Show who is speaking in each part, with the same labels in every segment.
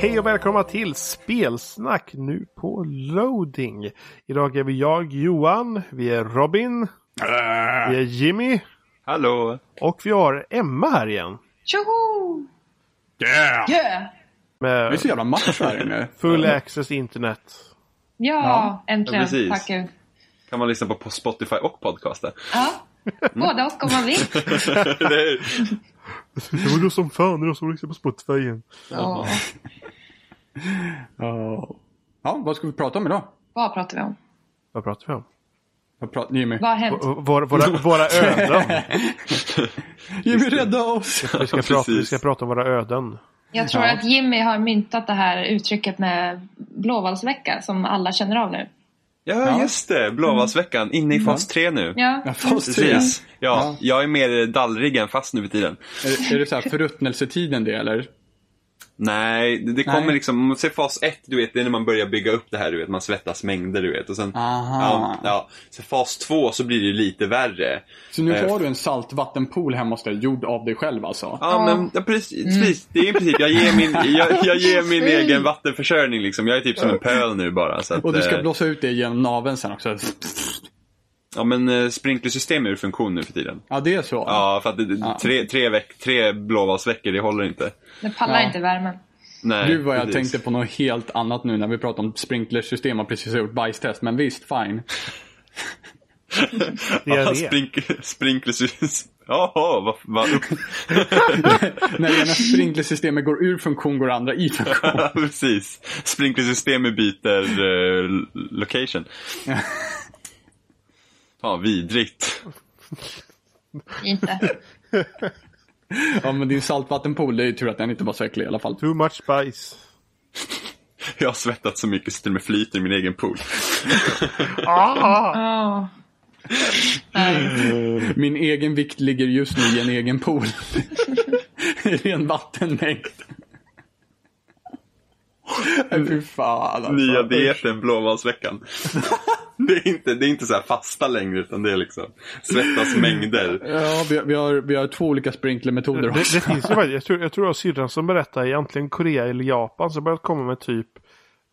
Speaker 1: Hej och välkomna till Spelsnack nu på loading. Idag är vi jag Johan, vi är Robin,
Speaker 2: Äh.
Speaker 1: vi är Jimmy
Speaker 3: Hallå!
Speaker 1: och vi har Emma här igen.
Speaker 4: Tjoho!
Speaker 3: Yeah!
Speaker 4: Yeah.
Speaker 1: Med
Speaker 2: Det är så jävla match här inne.
Speaker 1: full access internet.
Speaker 4: Ja,
Speaker 2: Ja,
Speaker 4: äntligen.
Speaker 3: ja, precis.
Speaker 4: Tack gud.
Speaker 3: Kan man lyssna på, på Spotify och podcaster?
Speaker 4: Ja. Både och om man vill.
Speaker 3: det är,
Speaker 1: Det var du som fan, det var som lyssnade på Spotify igen.
Speaker 4: Och
Speaker 2: Ja, vad ska vi prata om idag?
Speaker 4: vad pratar vi om?
Speaker 1: Vad pratar vi om?
Speaker 2: Vad pratar Jimmy?
Speaker 4: Vad har hänt?
Speaker 1: V- våra, våra, våra öden.
Speaker 2: Jimmy rädda oss!
Speaker 1: Vi ska,
Speaker 3: Ja,
Speaker 1: prata, vi
Speaker 3: precis.
Speaker 1: ska prata om våra öden.
Speaker 4: Jag tror
Speaker 2: Ja.
Speaker 4: att Jimmy har myntat det här uttrycket med blåvalsvecka som alla känner av nu.
Speaker 3: ja, just det! Blåvalsveckan, inne i fas 3 nu.
Speaker 4: Ja. mm.
Speaker 2: Ja, Mm. fas tre.
Speaker 3: Precis. Ja,
Speaker 2: Ja.
Speaker 3: jag är mer dallrig än fast nu för tiden.
Speaker 2: Är, är det så här förruttnelsetiden det eller?
Speaker 3: Nej, det, det kommer
Speaker 2: Nej.
Speaker 3: liksom, om man ser fas 1, du vet, det är när man börjar bygga upp det här, du vet, man svettas mängder, du vet. Och sen,
Speaker 2: Ah. Aha.
Speaker 3: ja, ja. Så fas 2 så blir det ju lite värre.
Speaker 2: Så nu
Speaker 3: Eh,
Speaker 2: har du en saltvattenpool hemma hos dig, gjord av dig själv alltså?
Speaker 3: Ja, men ja, precis. precis. Det är i princip, jag ger min, jag, jag ger min egen vattenförsörjning liksom. Jag är typ som en pöl nu bara. Så att,
Speaker 2: Och du ska
Speaker 3: eh,
Speaker 2: blåsa ut det genom naveln sen också?
Speaker 3: Ja, men eh, sprinklersystem är ur funktion nu för tiden.
Speaker 2: Ja, det är så?
Speaker 3: Ja, för att det- det,
Speaker 2: Ja.
Speaker 3: tre, tre, veck, tre blåvalsveckor, det håller inte.
Speaker 4: Det pallar
Speaker 2: Ja.
Speaker 4: inte värmen.
Speaker 3: Nej,
Speaker 2: Gud vad jag
Speaker 3: precis.
Speaker 2: tänkte på något helt annat nu när vi pratar om sprinklersystem och precis har gjort bajstest, men visst, fine.
Speaker 3: Ja,
Speaker 1: Diarré.
Speaker 3: sprink, sprinklersystem. Jaha, vad... vad upp.
Speaker 2: när det ena sprinklersystemet går ur funktion går det andra i funktion.
Speaker 3: precis. Sprinklersystemet byter eh, location. Ja, vidrigt.
Speaker 4: Inte.
Speaker 2: Ja, men din saltvattenpool, det är ju tur att den inte var så äcklig i alla fall.
Speaker 1: Too much spice.
Speaker 3: Jag har svettat så mycket så till och med flyter i min egen pool.
Speaker 1: Ah!
Speaker 4: Oh. Nej.
Speaker 2: Min egen vikt ligger just nu i en egen pool. I ren vattenmängd. Nej, Fy fan alltså.
Speaker 3: Nya dieten, blåvalsveckan. det, är inte, det är inte så här fasta längre, utan det är liksom svettas mängder.
Speaker 2: Ja, vi, vi, har, vi har två olika sprinklermetoder
Speaker 1: Det,
Speaker 2: också.
Speaker 1: det finns ju faktiskt, jag tror, jag tror det var syrran som berättade, i antingen Korea eller Japan, så började komma med typ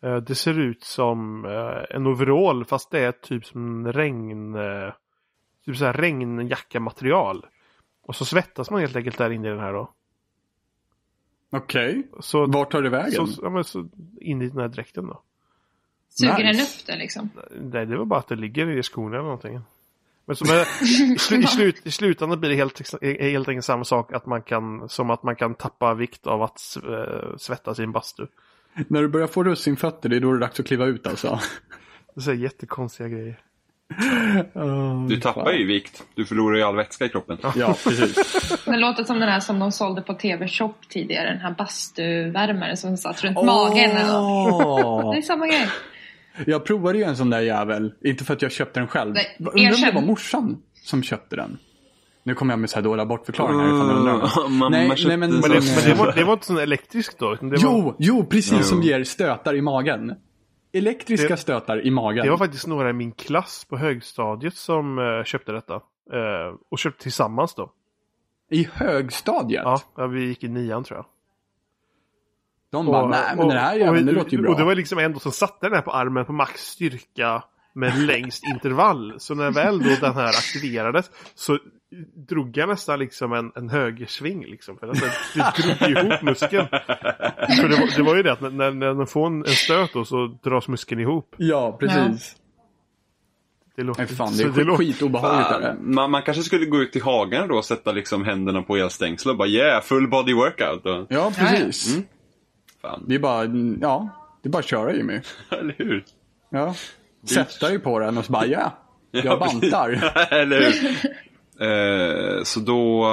Speaker 1: eh, det ser ut som eh, en overall fast det är typ som regn, eh, typ så här regnjackamaterial. Och så svettas man helt enkelt där inne i den här då.
Speaker 2: Okej,
Speaker 1: Så,
Speaker 2: vart tar det vägen?
Speaker 1: så, ja, men så in i den här dräkten då.
Speaker 4: Suger
Speaker 2: Nice.
Speaker 4: den upp det liksom?
Speaker 1: Nej, det var bara att det ligger i skorna eller någonting. Men, så, men i, slu, i, slut, i slutändan blir det helt, ex- e- helt enkelt samma sak att man kan, som att man kan tappa vikt av att eh, svettas i en bastu.
Speaker 2: När du börjar få russinfötter, det är då det är dags att kliva ut alltså.
Speaker 1: Det är så här jättekonstiga grejer.
Speaker 3: Du tappar ju vikt. Du förlorar ju all vätska i kroppen.
Speaker 2: Ja, precis.
Speaker 4: Det låter som den här som de sålde på TV Shop tidigare. Den här bastuvärmaren som satt runt
Speaker 2: Åh!
Speaker 4: magen. Eller något. det är samma grej.
Speaker 2: Jag provade ju en sån där jävel. Inte för att jag köpte den själv.
Speaker 4: Nej,
Speaker 2: Undrar om det
Speaker 4: erkänn.
Speaker 2: var morsan som köpte den. Nu kommer jag med så här dåliga bortförklaringar.
Speaker 3: Mm,
Speaker 2: ifall ni undrar.
Speaker 3: mamma
Speaker 2: nej,
Speaker 3: köpte
Speaker 2: nej, men,
Speaker 3: en
Speaker 2: men,
Speaker 1: Men det, men det,
Speaker 2: det,
Speaker 1: var, det var inte sån elektrisk då? utan Det var,
Speaker 2: jo, jo, precis
Speaker 3: Jo.
Speaker 2: som ger stötar i magen. Elektriska
Speaker 1: Det-
Speaker 2: stötar i magen.
Speaker 1: Det var faktiskt några i min klass på högstadiet som eh, köpte detta. Eh, och köpte tillsammans då.
Speaker 2: I högstadiet.
Speaker 1: Ja, ja, vi gick i nian tror jag.
Speaker 2: De bara, nej men den här jäveln, det låter ju bra.
Speaker 1: Och det var liksom en då som satte den här på armen på max styrka med längst intervall. Så när väl då den här aktiverades så drog jag nästan liksom en, en högersving liksom. För den så- det drog ihop muskeln. För det, var, det var ju det att när- när, när den får en, en stöt då så dras muskeln ihop.
Speaker 2: Ja, precis.
Speaker 1: Det låter,
Speaker 2: Nej, fan, det
Speaker 1: så
Speaker 2: är skit,
Speaker 1: låter-
Speaker 2: skitobehagligt. är det.
Speaker 3: Fan, man, man kanske skulle gå ut i hagen då och sätta liksom händerna på elstängsel och bara yeah, full body workout. Och,
Speaker 2: Ja, Mm. precis.
Speaker 3: fan,
Speaker 2: Det är bara, ja. Det är bara att köra Jimmy.
Speaker 3: eller hur?
Speaker 2: Ja. Sätta dig på den och så bara, ja. Jag bantar.
Speaker 3: precis. eller hur? Eh, så då,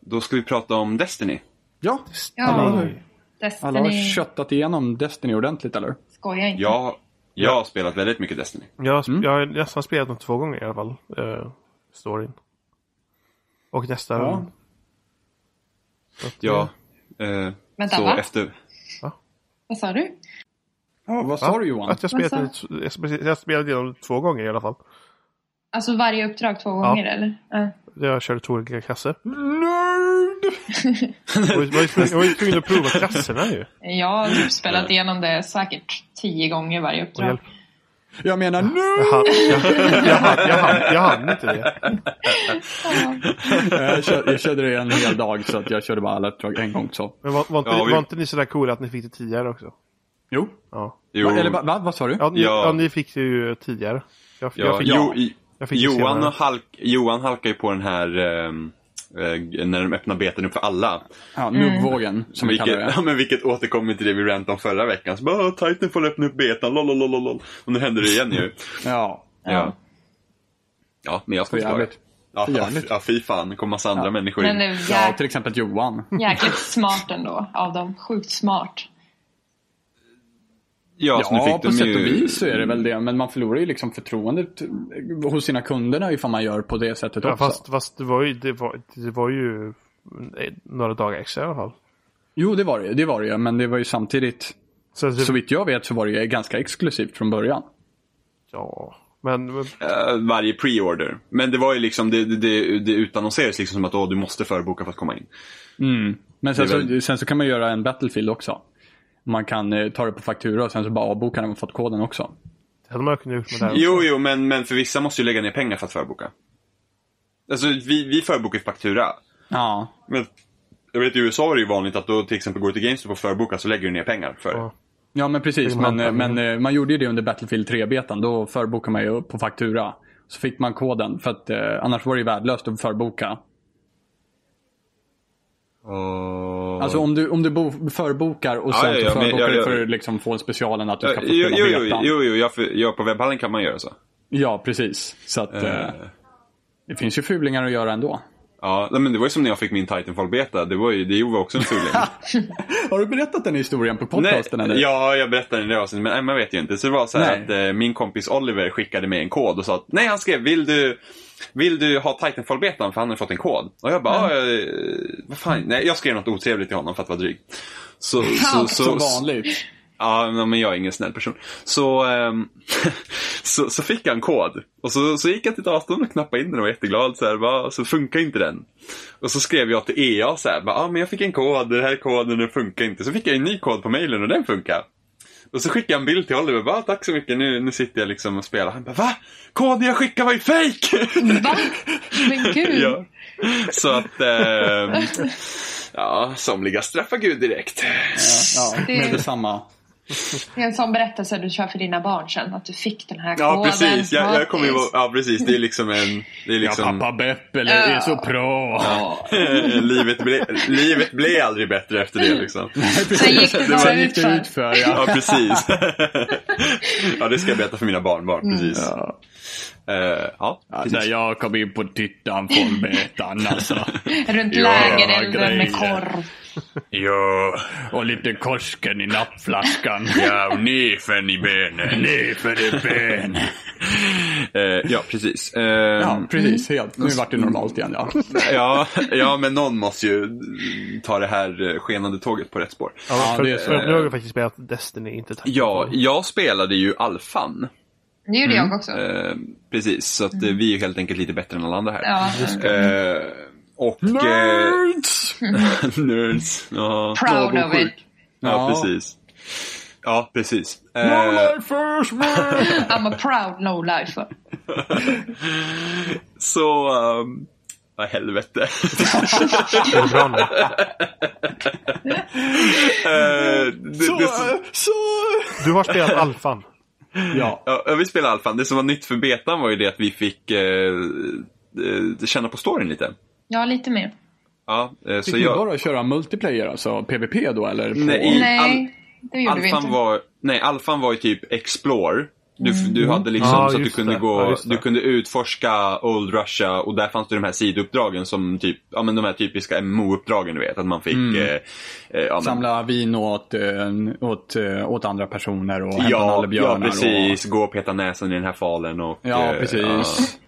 Speaker 3: då ska vi prata om Destiny.
Speaker 2: Ja.
Speaker 4: Ja.
Speaker 2: Alla, alla har
Speaker 4: Destiny.
Speaker 2: köttat igenom Destiny ordentligt eller?
Speaker 4: Skoja inte.
Speaker 3: Jag, jag har spelat väldigt mycket Destiny.
Speaker 1: Jag, har sp- jag har nästan spelat den två gånger i alla fall. Uh, storyn. Och nästa
Speaker 2: Ja.
Speaker 1: runda. Så att,
Speaker 3: Ja. eh,
Speaker 4: Vänta,
Speaker 3: så
Speaker 4: va?
Speaker 3: efter,
Speaker 4: Vad sa du?
Speaker 2: Ja, vad
Speaker 1: eh,
Speaker 2: sa du Johan?
Speaker 1: Att jag spelat,
Speaker 4: Vad
Speaker 1: den- jag spe- jag spelade igenom två gånger i alla fall.
Speaker 4: Alltså varje uppdrag två gånger eller? Ja.
Speaker 1: Jag körde två olika klasser.
Speaker 2: Nörd!
Speaker 1: Jag var ju- jag var ju tvungen- jag var ju tvungen att prova klasserna ju.
Speaker 4: Jag
Speaker 3: Eh.
Speaker 4: har spelat igenom det säkert tio gånger varje
Speaker 1: Och
Speaker 4: uppdrag.
Speaker 1: hjälp.
Speaker 2: Jag menar nu!
Speaker 1: Jag hann, jag, jag, hann, jag, hann, jag hann inte det.
Speaker 4: Ja.
Speaker 2: Jag körde, jag körde det en hel dag så att jag körde bara alla uppdrag en gång. Så.
Speaker 1: Men var, var, inte,
Speaker 3: Ja, vi-
Speaker 1: var inte ni sådär coola att ni fick det tidigare också?
Speaker 2: Jo.
Speaker 1: Ja,
Speaker 3: Jo,
Speaker 2: Eller va, va, vad sa du?
Speaker 1: ja, ni, ja.
Speaker 3: Ja.
Speaker 1: ni fick det ju tidigare. Jag,
Speaker 3: ja,
Speaker 1: jag fick,
Speaker 3: jo, i,
Speaker 1: jag fick det
Speaker 3: Johan,
Speaker 1: senare.
Speaker 3: och halk, Johan halkar ju på den här ehm, eh, när de öppnar beten upp för alla.
Speaker 2: Ja, nuggvågen som vi
Speaker 3: vilket,
Speaker 2: kallar det.
Speaker 3: ja, men vilket återkommer till det vi rantade om förra veckan. Så bara, "Ah, Titanfall öppnar upp betan, lololololol. Och nu händer det igen ju.
Speaker 2: Ja,
Speaker 3: Ja. Ja, men jag ska
Speaker 2: för
Speaker 3: inte vara
Speaker 2: jävligt.
Speaker 3: Ja,
Speaker 2: För jävligt.
Speaker 3: ja, fy fan. Det kommer massa andra människor
Speaker 4: Men
Speaker 3: in.
Speaker 4: det är
Speaker 2: Ja,
Speaker 4: jäk-
Speaker 2: till exempel Johan.
Speaker 4: jäkligt smart ändå av dem. Sjukt smart.
Speaker 3: Ja, så nu
Speaker 2: Ja,
Speaker 3: fick
Speaker 2: på
Speaker 3: de
Speaker 2: sätt
Speaker 3: ju...
Speaker 2: och vis så är det väl det. Men man förlorar ju liksom förtroendet hos sina kunderna ifall man gör på det sättet
Speaker 1: Ja,
Speaker 2: också.
Speaker 1: fast, fast det var ju, det var, det var ju eh, några dagar extra i alla fall.
Speaker 2: Jo, det var det ju. Det var det ju. Men det var ju samtidigt,
Speaker 1: Så, det-
Speaker 2: så vitt jag vet, så var det ju ganska exklusivt från början.
Speaker 1: ja, men, men
Speaker 3: Eh, varje pre-order. Men det var ju liksom, det, det- det, det utannonserades liksom som att åh, du måste förboka för att komma in.
Speaker 2: Men sen,
Speaker 3: Det är
Speaker 2: så, sen så kan man göra en Battlefield också. Man kan eh, ta det på faktura och sen så bara avboka när man fått koden också.
Speaker 1: det hade man ju kunnat gjort med det här.
Speaker 3: Jo, jo, men, men för vissa måste ju lägga ner pengar för att förboka. Alltså, vi, vi förbokar ju faktura.
Speaker 2: Ja,
Speaker 3: Men jag vet i USA är det ju vanligt att då till exempel går du till GameStop och förbokar så lägger du ner pengar för det.
Speaker 1: Ja.
Speaker 2: ja men precis.
Speaker 1: Det är
Speaker 2: Men, eh,
Speaker 1: man-
Speaker 2: men eh, man gjorde ju det under Battlefield 3-betan. Då förbokade man ju på faktura. Så fick man koden. För att eh, annars var det ju värdelöst att förboka. Alltså om du, om du bo, förbokar och
Speaker 3: Ja,
Speaker 2: sen
Speaker 3: ja, ja,
Speaker 2: så
Speaker 3: men-
Speaker 2: förbokar
Speaker 3: ja, ja.
Speaker 2: du för att liksom få specialen att du
Speaker 3: Ja,
Speaker 2: ska få
Speaker 3: jo,
Speaker 2: spela
Speaker 3: jo, jo,
Speaker 2: betan.
Speaker 3: jo, jo ja, för, ja, på webbhallen kan man göra så.
Speaker 2: Ja, precis. Så att eh, det finns ju fulingar att göra ändå.
Speaker 3: Ja, nej, men det var ju som när jag fick min Titanfall-beta. Det var ju, det var också en fuling.
Speaker 2: Har du berättat den historien på podcasten eller?
Speaker 3: ja, jag berättade det i det avsnittet, men Emma vet ju inte. Så det var så här
Speaker 2: Nej.
Speaker 3: att eh, min kompis Oliver skickade mig en kod och sa att nej, han skrev vill du, vill du ha Titanfall-betan? För han hade fått en kod. Och jag bara, "Ah, eh, vad fan, nej, jag skrev något otrevligt till honom för att vara dryg. Så, så, så,
Speaker 2: Som vanligt.
Speaker 3: Ja, men jag är ingen snäll person. Så, ehm, så, så fick jag en kod. Och så, så gick jag till datorn och knappade in den och var jätteglad. Så, här, bara, så funkar inte den. Och så skrev jag till EA så här, bara, ah, men jag fick en kod, den här koden den funkar inte. Så fick jag en ny kod på mailen och den funkar. Och så skickade jag en bild till Oliver, bara, tack så mycket, nu, nu sitter jag liksom och spelar. Han bara, va? Koden jag skickade var ju fejk!
Speaker 4: Mm. Va? Men gud.
Speaker 3: ja. Så att, ehm, ja, somliga straffar Gud direkt.
Speaker 2: Ja,
Speaker 4: Det-
Speaker 2: med detsamma.
Speaker 4: Det är en sån berättelse du kör för dina barn sen. Att du fick den här
Speaker 3: Ja,
Speaker 4: koden.
Speaker 3: precis. Jag, jag kommer ju vara,
Speaker 4: Grattis.
Speaker 3: ja, precis. Det är liksom en... Det är liksom,
Speaker 2: Ja, pappa Beppe, det
Speaker 4: Ja.
Speaker 2: är så bra.
Speaker 4: Ja.
Speaker 3: livet, ble, livet blev aldrig bättre efter det liksom.
Speaker 4: Sen gick det bara
Speaker 2: Sen gick
Speaker 4: ut
Speaker 2: det
Speaker 4: för.
Speaker 2: ut för ja.
Speaker 3: Ja, precis. ja, det ska jag berätta för mina barnbarn.
Speaker 4: Mm.
Speaker 3: Precis.
Speaker 2: Ja.
Speaker 3: Eh, ja,
Speaker 2: Ja,
Speaker 3: precis.
Speaker 2: när jag kom in på Titanfall betan alltså.
Speaker 4: Runt
Speaker 3: Ja,
Speaker 4: lägerelden
Speaker 2: grejer.
Speaker 4: med korv.
Speaker 3: Ja,
Speaker 2: Och lite korsken i nappflaskan.
Speaker 3: ja och nefen i benen.
Speaker 2: Nej för det ben.
Speaker 3: Eh, ja, precis. Eh,
Speaker 2: Ja,
Speaker 3: ja.
Speaker 2: precis. Helt. Nu vart det normalt igen ja.
Speaker 3: Ja, men någon måste ju ta det här eh, skenande tåget på rätt spår.
Speaker 1: Ja,
Speaker 2: Ja,
Speaker 1: för,
Speaker 2: det är så.
Speaker 1: för
Speaker 3: eh,
Speaker 1: nu har jag faktiskt spelat Destiny, inte Titanfall.
Speaker 3: Ja, jag spelade ju Alfan.
Speaker 4: Det gjorde jag också.
Speaker 3: Eh, precis, så att eh, vi är ju helt enkelt lite bättre än alla andra här.
Speaker 4: Mm. Ja.
Speaker 3: Eh, och... Eh,
Speaker 2: Nerds!
Speaker 3: nerds. Ja,
Speaker 4: Proud of it.
Speaker 3: ja
Speaker 2: Ja.
Speaker 3: precis. Ja, precis. Eh,
Speaker 2: Lowlifers man!
Speaker 4: I'm a proud lowlifer.
Speaker 3: så... Um, vad helvete.
Speaker 1: Är det bra nu?
Speaker 3: Eh, det, det, som-
Speaker 2: så...
Speaker 1: Du har spelat Alfan.
Speaker 2: Ja.
Speaker 3: ja, vi spelar Alfan. Det som var nytt för betan var ju det att vi fick eh, eh, känna på storyn lite.
Speaker 4: Ja, lite mer.
Speaker 3: Ja, eh, så
Speaker 2: Fick ni
Speaker 3: jag...
Speaker 2: bara köra multiplayer alltså? PVP då eller? På...
Speaker 3: Nej, i-
Speaker 4: Nej, det gjorde vi inte.
Speaker 3: Alfan var, nej, Alfan var ju typ Explore. Du, du
Speaker 4: Mm.
Speaker 3: hade liksom
Speaker 1: Ja,
Speaker 3: så att du
Speaker 1: just
Speaker 3: kunde,
Speaker 1: det.
Speaker 3: gå,
Speaker 1: Ja, just det.
Speaker 3: du kunde utforska Old Russia och där fanns det de här sidouppdragen som typ, ja men de här typiska MMO-uppdragen du vet. Att man fick eh, eh, ja, men,
Speaker 2: Mm. Samla vin åt, eh, åt, eh, åt andra personer och hämta
Speaker 3: ja, ja,
Speaker 2: nallebjörnar.
Speaker 3: precis. Gå och peta näsan i den här falen och...
Speaker 2: Och, ja,
Speaker 3: eh,
Speaker 2: precis.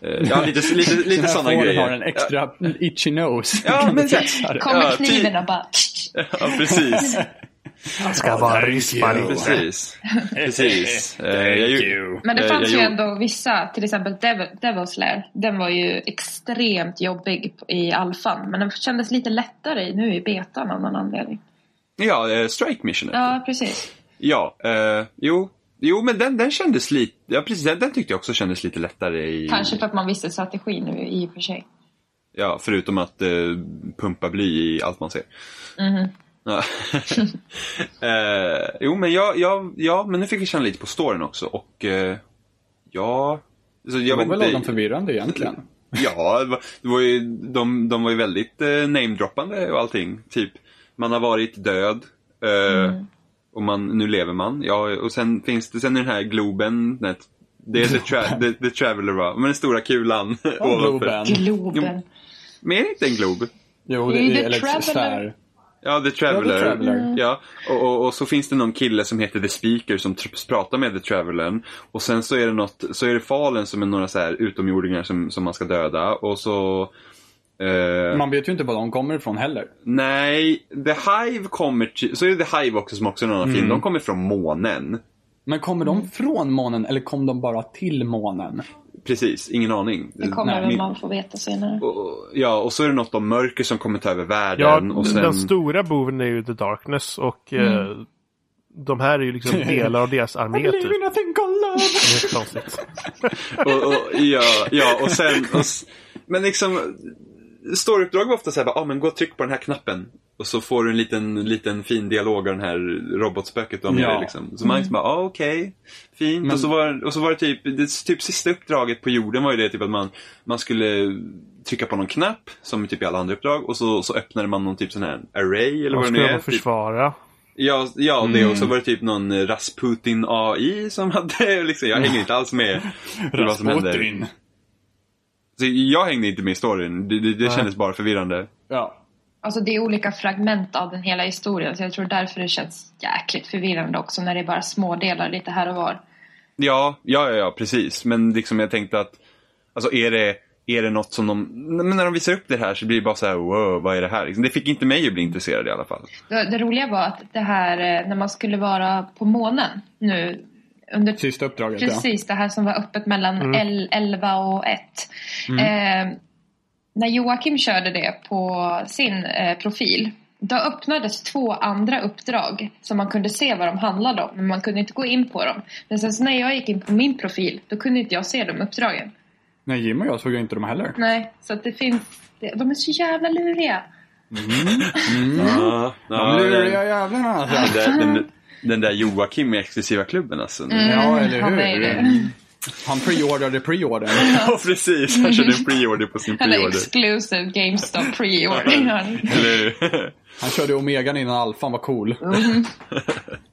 Speaker 3: Ja, eh, ja lite, lite,
Speaker 2: Den
Speaker 3: lite
Speaker 2: här
Speaker 3: sådana
Speaker 2: fåren
Speaker 3: grejer.
Speaker 2: har en extra itchy nose.
Speaker 3: Ja,
Speaker 2: Kan
Speaker 3: men
Speaker 2: du
Speaker 3: så-
Speaker 2: fixa det?
Speaker 4: Kommer
Speaker 3: Ja, typ. ty-
Speaker 4: kniven och bara...
Speaker 3: Ja, precis.
Speaker 5: Han ska vara ryssman.
Speaker 3: Precis. Precis. Eh, jag
Speaker 5: Thank
Speaker 3: ju-
Speaker 5: you.
Speaker 4: Men det
Speaker 3: Eh,
Speaker 4: fanns
Speaker 3: jag
Speaker 4: ju
Speaker 3: gjorde-
Speaker 4: ändå vissa, till exempel Devil, Devil's Lair. Den var ju extremt jobbig i alfan. Men den kändes lite lättare nu i betan av någon anledning.
Speaker 3: Ja, eh, Strike Mission. heter
Speaker 4: Ja, precis.
Speaker 3: Ja, eh, jo. Jo, men den, den kändes lite... Ja, precis. Den, den tyckte jag också kändes lite lättare i...
Speaker 4: Kanske för att man visste strategi nu i och för sig.
Speaker 3: Ja, förutom att eh, pumpa bly i allt man ser.
Speaker 4: Mhm.
Speaker 3: Ja. eh, jo, men jag, jag, ja, men nu fick vi känna lite på storyn också och eh, ja... Så
Speaker 2: Det
Speaker 3: jag
Speaker 2: var
Speaker 3: vet
Speaker 2: väl lagom
Speaker 3: inte,
Speaker 2: förvirrande egentligen.
Speaker 3: ja, det var- det var ju, de, de var ju väldigt eh, namedroppande och allting. Typ, man har varit död eh, och man, nu lever man. Ja, och sen finns det sen är den här globen. Den, här- det är the, tra- the, the traveler va? Men den stora kulan ovanför.
Speaker 2: Globen.
Speaker 4: Globen.
Speaker 3: Men är det inte en glob?
Speaker 2: Jo,
Speaker 4: Det är ju
Speaker 2: det
Speaker 4: The
Speaker 2: är Alex
Speaker 4: Traveller.
Speaker 2: Star.
Speaker 3: Ja, The Mm. Traveller.
Speaker 2: Ja, The Traveller.
Speaker 3: Ja, och, och, och så finns det någon kille som heter The Speaker som tr- pratar med The Traveller. Och sen så är det något, så är det Falen som är några så här utomjordingar som, som man ska döda. Och så... eh,
Speaker 2: Man vet ju inte var de kommer ifrån heller.
Speaker 3: Nej, The Hive kommer till, Så är det The Hive också som också är en annan
Speaker 1: Mm.
Speaker 3: film. De kommer från månen.
Speaker 2: Men kommer de
Speaker 4: Mm.
Speaker 2: från månen eller kom de bara till månen?
Speaker 3: Precis, ingen aning.
Speaker 4: Det kommer
Speaker 2: Nej,
Speaker 4: väl
Speaker 2: min-
Speaker 4: man få veta senare.
Speaker 3: Och- och- Ja, och så är det något om mörker som kommer ta över
Speaker 1: Ja,
Speaker 3: världen. och
Speaker 1: d-
Speaker 3: sen...
Speaker 1: den stora boven är ju The Darkness och eh, de här är ju liksom delar av deras armé typ.
Speaker 2: Leaving nothing alone.
Speaker 1: Det är helt konstigt.
Speaker 3: och, och, ja, ja, och sen... Och, s- men liksom, storyuppdrag var ofta så här, bara, ah, men gå och tryck på den här knappen. Och så får du en liten, liten fin dialog av den här robotspöket du har med
Speaker 2: Ja. Mm.
Speaker 3: dig. Liksom. Så man liksom bara, ah, okej, fint.
Speaker 2: Men-
Speaker 3: Och, så var, och så var det typ, det typ sista uppdraget på jorden var ju det typ att man, man skulle trycka på någon knapp, som typ i alla andra uppdrag, och så, så öppnade man någon typ sån här array eller
Speaker 1: De
Speaker 3: vad det nu
Speaker 1: skulle
Speaker 3: är.
Speaker 1: nog
Speaker 3: Typ,
Speaker 1: försvara.
Speaker 3: ja, ja det och så
Speaker 2: Mm.
Speaker 3: var det typ någon eh, Rasputin AI som hade, liksom, jag hänger inte alls med i vad som händer.
Speaker 2: Rasputin.
Speaker 3: Så Alltså, jag hängde inte med i storyn. Det, det, det kändes bara förvirrande.
Speaker 2: Ja.
Speaker 4: Alltså det är olika fragment av den hela historien. Så jag tror därför det känns jäkligt förvirrande också när det är bara små delar lite här och var.
Speaker 3: Ja, ja, ja, ja precis. Men liksom jag tänkte att, alltså är det, är det något som de, men när de visar upp det här så blir det bara så här, wow, vad är det här? Liksom, Det fick inte mig att bli intresserad i alla fall.
Speaker 4: Det, det roliga var att det här eh, när man skulle vara på månen nu under
Speaker 2: Sista uppdraget ja.
Speaker 4: Precis, det här som var öppet mellan L- 11 och 1. Eh, när Joakim körde det på sin eh, profil då öppnades två andra uppdrag som man kunde se vad de handlade om men man kunde inte gå in på dem. Men sen så när jag gick in på min profil då kunde inte jag se de uppdragen.
Speaker 2: Nej, Jim och jag såg ju inte dem heller.
Speaker 4: Nej, så att det finns... det- De är så jävla luriga.
Speaker 3: Ja,
Speaker 2: De luriga
Speaker 3: den,
Speaker 2: jävlarna alltså.
Speaker 3: den, där- den, den där Joakim i exklusiva klubben alltså.
Speaker 4: Mm.
Speaker 2: Ja, eller
Speaker 4: han
Speaker 2: hur?
Speaker 4: är det.
Speaker 2: Han preordrade preordern.
Speaker 3: Ja, precis. Han körde en pre-order på sin
Speaker 4: Han är
Speaker 3: pre-order.
Speaker 4: exclusive GameStop pre-order.
Speaker 3: Eller hur?
Speaker 2: Han körde Omegan innan alfan, vad cool.
Speaker 4: Mm.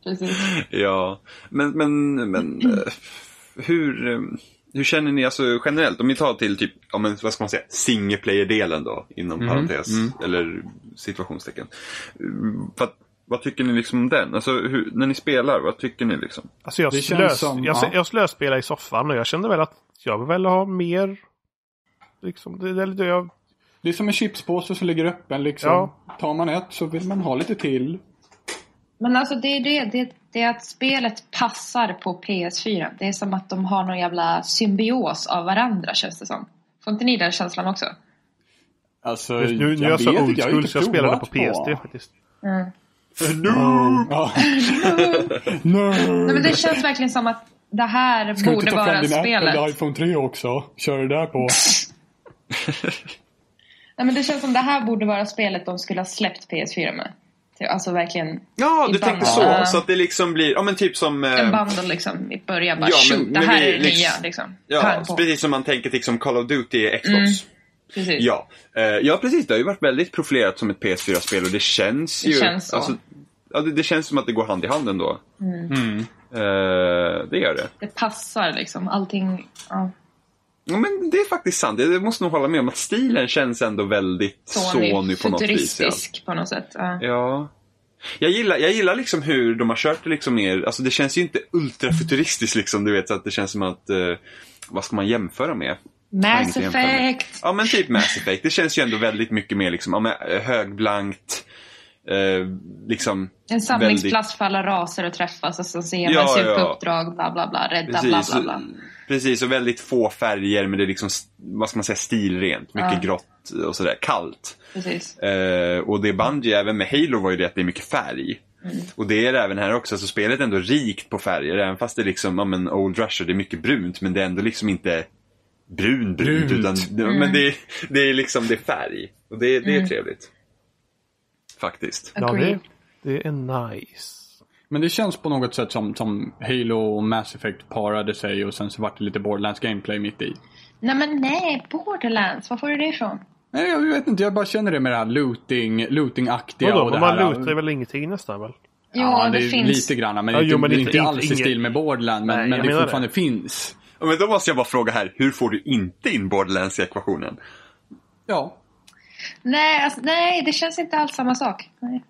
Speaker 4: Precis.
Speaker 3: Ja, men, men, men eh, hur, eh, hur känner ni alltså generellt? Om vi tar till typ, ja, men, vad ska man säga, single player-delen då, inom parentes, eller situationstecken. Mm, Vad, vad tycker ni liksom om den? Alltså hur, när ni spelar, vad tycker ni liksom?
Speaker 1: Alltså jag,
Speaker 2: Det känns
Speaker 1: slös,
Speaker 2: som-
Speaker 1: jag,
Speaker 2: ja.
Speaker 1: jag slöspelade i soffan och jag kände väl att jag vill väl ha mer. Liksom, det, det, det, jag,
Speaker 2: Det är som en chipspåse som ligger öppen liksom.
Speaker 1: Ja.
Speaker 2: Tar man ett så vill man ha lite till.
Speaker 4: Men alltså det är det, det, det är att spelet passar på PS4. Det är som att de har någon jävla symbios av varandra känns det som. Får inte ni den känslan också?
Speaker 2: Alltså,
Speaker 1: nu, nu är jag så
Speaker 2: vet inte,
Speaker 1: old
Speaker 2: har ju
Speaker 1: school
Speaker 2: inte
Speaker 1: så jag spelade på
Speaker 2: provat
Speaker 1: PS3 faktiskt.
Speaker 2: Ja. Nej.
Speaker 4: Nej men det känns verkligen som att det här
Speaker 2: Ska du
Speaker 4: borde
Speaker 2: inte
Speaker 4: vara
Speaker 2: ta fram din Apple
Speaker 4: spelet.
Speaker 2: eller iPhone 3 också? Kör det där på.
Speaker 4: Nej men det känns som det här borde vara spelet de skulle ha släppt PS4 med. Typ, Alltså verkligen
Speaker 3: Ja, du
Speaker 4: I
Speaker 3: tänkte
Speaker 4: band.
Speaker 3: så, så att det liksom blir, ja men typ som... eh,
Speaker 4: en bundle liksom i början bara
Speaker 3: ja, men-
Speaker 4: shoot, det
Speaker 3: men
Speaker 4: här
Speaker 3: vi-
Speaker 4: är det
Speaker 3: liksom-
Speaker 4: nya liksom.
Speaker 3: Ja,
Speaker 4: Pang på.
Speaker 3: precis som man tänker liksom Call of Duty i Xbox.
Speaker 4: Precis.
Speaker 3: Ja. Eh, ja, precis. Det har ju varit väldigt profilerat som ett PS4-spel och det känns
Speaker 4: Det
Speaker 3: ju... alltså,
Speaker 4: känns så. Mm.
Speaker 3: ja, det, det känns som att det går hand i hand ändå. Eh, det gör det.
Speaker 4: Det passar liksom allting. Ja.
Speaker 3: Ja, men det är faktiskt sant. Jag måste nog hålla med om att stilen känns ändå väldigt Sony,
Speaker 4: Sony,
Speaker 3: på något vis. Ja.
Speaker 4: futuristisk på något sätt. Ja.
Speaker 3: ja. Jag gillar, jag gillar liksom hur de har kört det liksom mer. Alltså det känns ju inte ultrafuturistiskt liksom. Du vet, så att det känns som att... eh, vad ska man jämföra med?
Speaker 4: Mass
Speaker 3: Jag har inget att jämföra med.
Speaker 4: Effect!
Speaker 3: Ja men typ Mass Effect. Det känns ju ändå väldigt mycket mer liksom, ja, men, eh, högblankt. eh, liksom
Speaker 4: En samlingsplats för alla raser att träffas och så ser man
Speaker 3: Ja,
Speaker 4: sig upp på
Speaker 3: ja.
Speaker 4: uppdrag, bla bla bla, rädda, bla
Speaker 3: Precis,
Speaker 4: bla bla.
Speaker 3: precis, och väldigt få färger men det är liksom, vad ska man säga, stilrent. Mycket
Speaker 4: Ja.
Speaker 3: grått och sådär, kallt.
Speaker 4: Precis.
Speaker 3: Eh, och det Bungie även med Halo var ju det att det är mycket färg.
Speaker 4: Mm.
Speaker 3: Och det är det även här också, så spelet är ändå rikt på färger. Även fast det är liksom, ja men Old Rusher, det är mycket brunt men det är ändå liksom inte brun brunt.
Speaker 2: Brunt.
Speaker 3: Utan,
Speaker 4: Mm.
Speaker 3: Men det, är- det är liksom, det är färg. Och det, det är trevligt. Faktiskt.
Speaker 1: Ja,
Speaker 4: Agree.
Speaker 1: det, det är nice.
Speaker 2: Men det känns på något sätt som, som Halo och Mass Effect parade sig och sen så vart det lite Borderlands gameplay mitt i.
Speaker 4: Nej men nej, Borderlands, var får du det ifrån?
Speaker 2: Nej, jag vet inte. Jag bara känner det med det här looting, looting-aktiga
Speaker 1: Vadå,
Speaker 2: och det
Speaker 1: men man
Speaker 2: här.
Speaker 1: lutar väl ingenting nästan väl?
Speaker 4: Jo,
Speaker 2: ja,
Speaker 4: det,
Speaker 2: det, är
Speaker 4: finns.
Speaker 2: lite grann, men,
Speaker 1: Ja,
Speaker 2: inte,
Speaker 1: jo, men
Speaker 2: det är
Speaker 1: lite-
Speaker 2: inte alls i
Speaker 1: inget-
Speaker 2: stil med Borderlands. Men,
Speaker 1: Nej,
Speaker 2: men
Speaker 1: jag
Speaker 2: det
Speaker 1: menar
Speaker 2: fortfarande finns.
Speaker 3: Ja, Men då måste jag bara fråga här, hur får du inte in Borderlands i ekvationen?
Speaker 2: Ja.
Speaker 4: Nej, alltså, nej, det känns inte alls samma sak. Nej.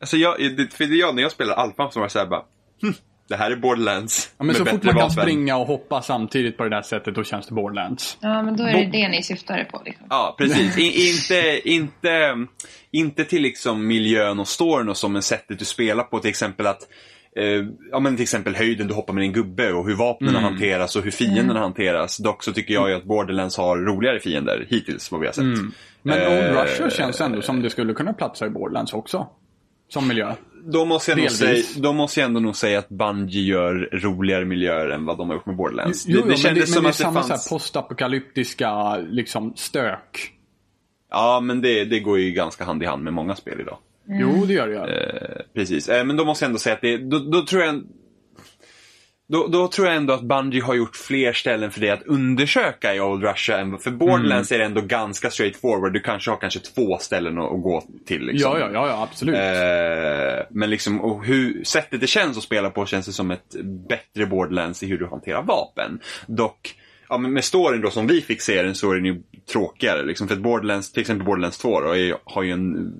Speaker 3: Alltså jag, det- för det är jag, när jag spelar Alpham som var såhär bara, hm, det här är Borderlands.
Speaker 2: Ja, men så
Speaker 3: med
Speaker 2: fort
Speaker 3: bättre
Speaker 2: man kan
Speaker 3: vapen."
Speaker 2: springa och hoppa samtidigt på det där sättet, då känns det Borderlands.
Speaker 4: Ja, men då är det det ni syftade på. Liksom.
Speaker 3: Ja, precis. I, inte, inte, inte till liksom miljön och storyn och som men sättet du spelar på. Till exempel att eh, Ja men till exempel höjden du hoppar med din gubbe och hur vapnen
Speaker 2: Mm.
Speaker 3: hanteras och hur fienderna hanteras. Dock så tycker jag ju att Borderlands har roligare fiender hittills vad vi har sett.
Speaker 2: Mm. Men Old
Speaker 3: Eh,
Speaker 2: Rusher känns ändå som det skulle kunna platsa i Borderlands också. Som miljö.
Speaker 3: Då måste, jag nog säga,
Speaker 2: Delvis.
Speaker 3: då måste jag ändå nog säga att Bungie gör roligare miljöer än vad de har gjort med Borderlands.
Speaker 2: Jo, jo, men det, men det är
Speaker 3: Alltså, det
Speaker 2: samma så här postapokalyptiska liksom, stök.
Speaker 3: Ja, men det, det går ju ganska hand i hand med många spel idag.
Speaker 4: Mm.
Speaker 2: Jo, det gör det. ju.
Speaker 3: Eh, precis, eh, men då måste jag ändå säga att det, då, då tror jag... Då, då tror jag ändå att Bungie har gjort fler ställen för dig att undersöka i Old Russia. än- För Borderlands
Speaker 2: Mm.
Speaker 3: är det ändå ganska straight forward. Du kanske har kanske två ställen att, att gå till. Liksom.
Speaker 2: Ja, ja, ja, ja absolut.
Speaker 3: Eh, men liksom, och hur, sättet det känns att spela på känns det som ett bättre borderlands i hur du hanterar vapen. Dock, ja, men med storyn då som vi fick se den så är den ju tråkigare. Liksom, för att borderlands, till exempel borderlands 2 då, är, har ju en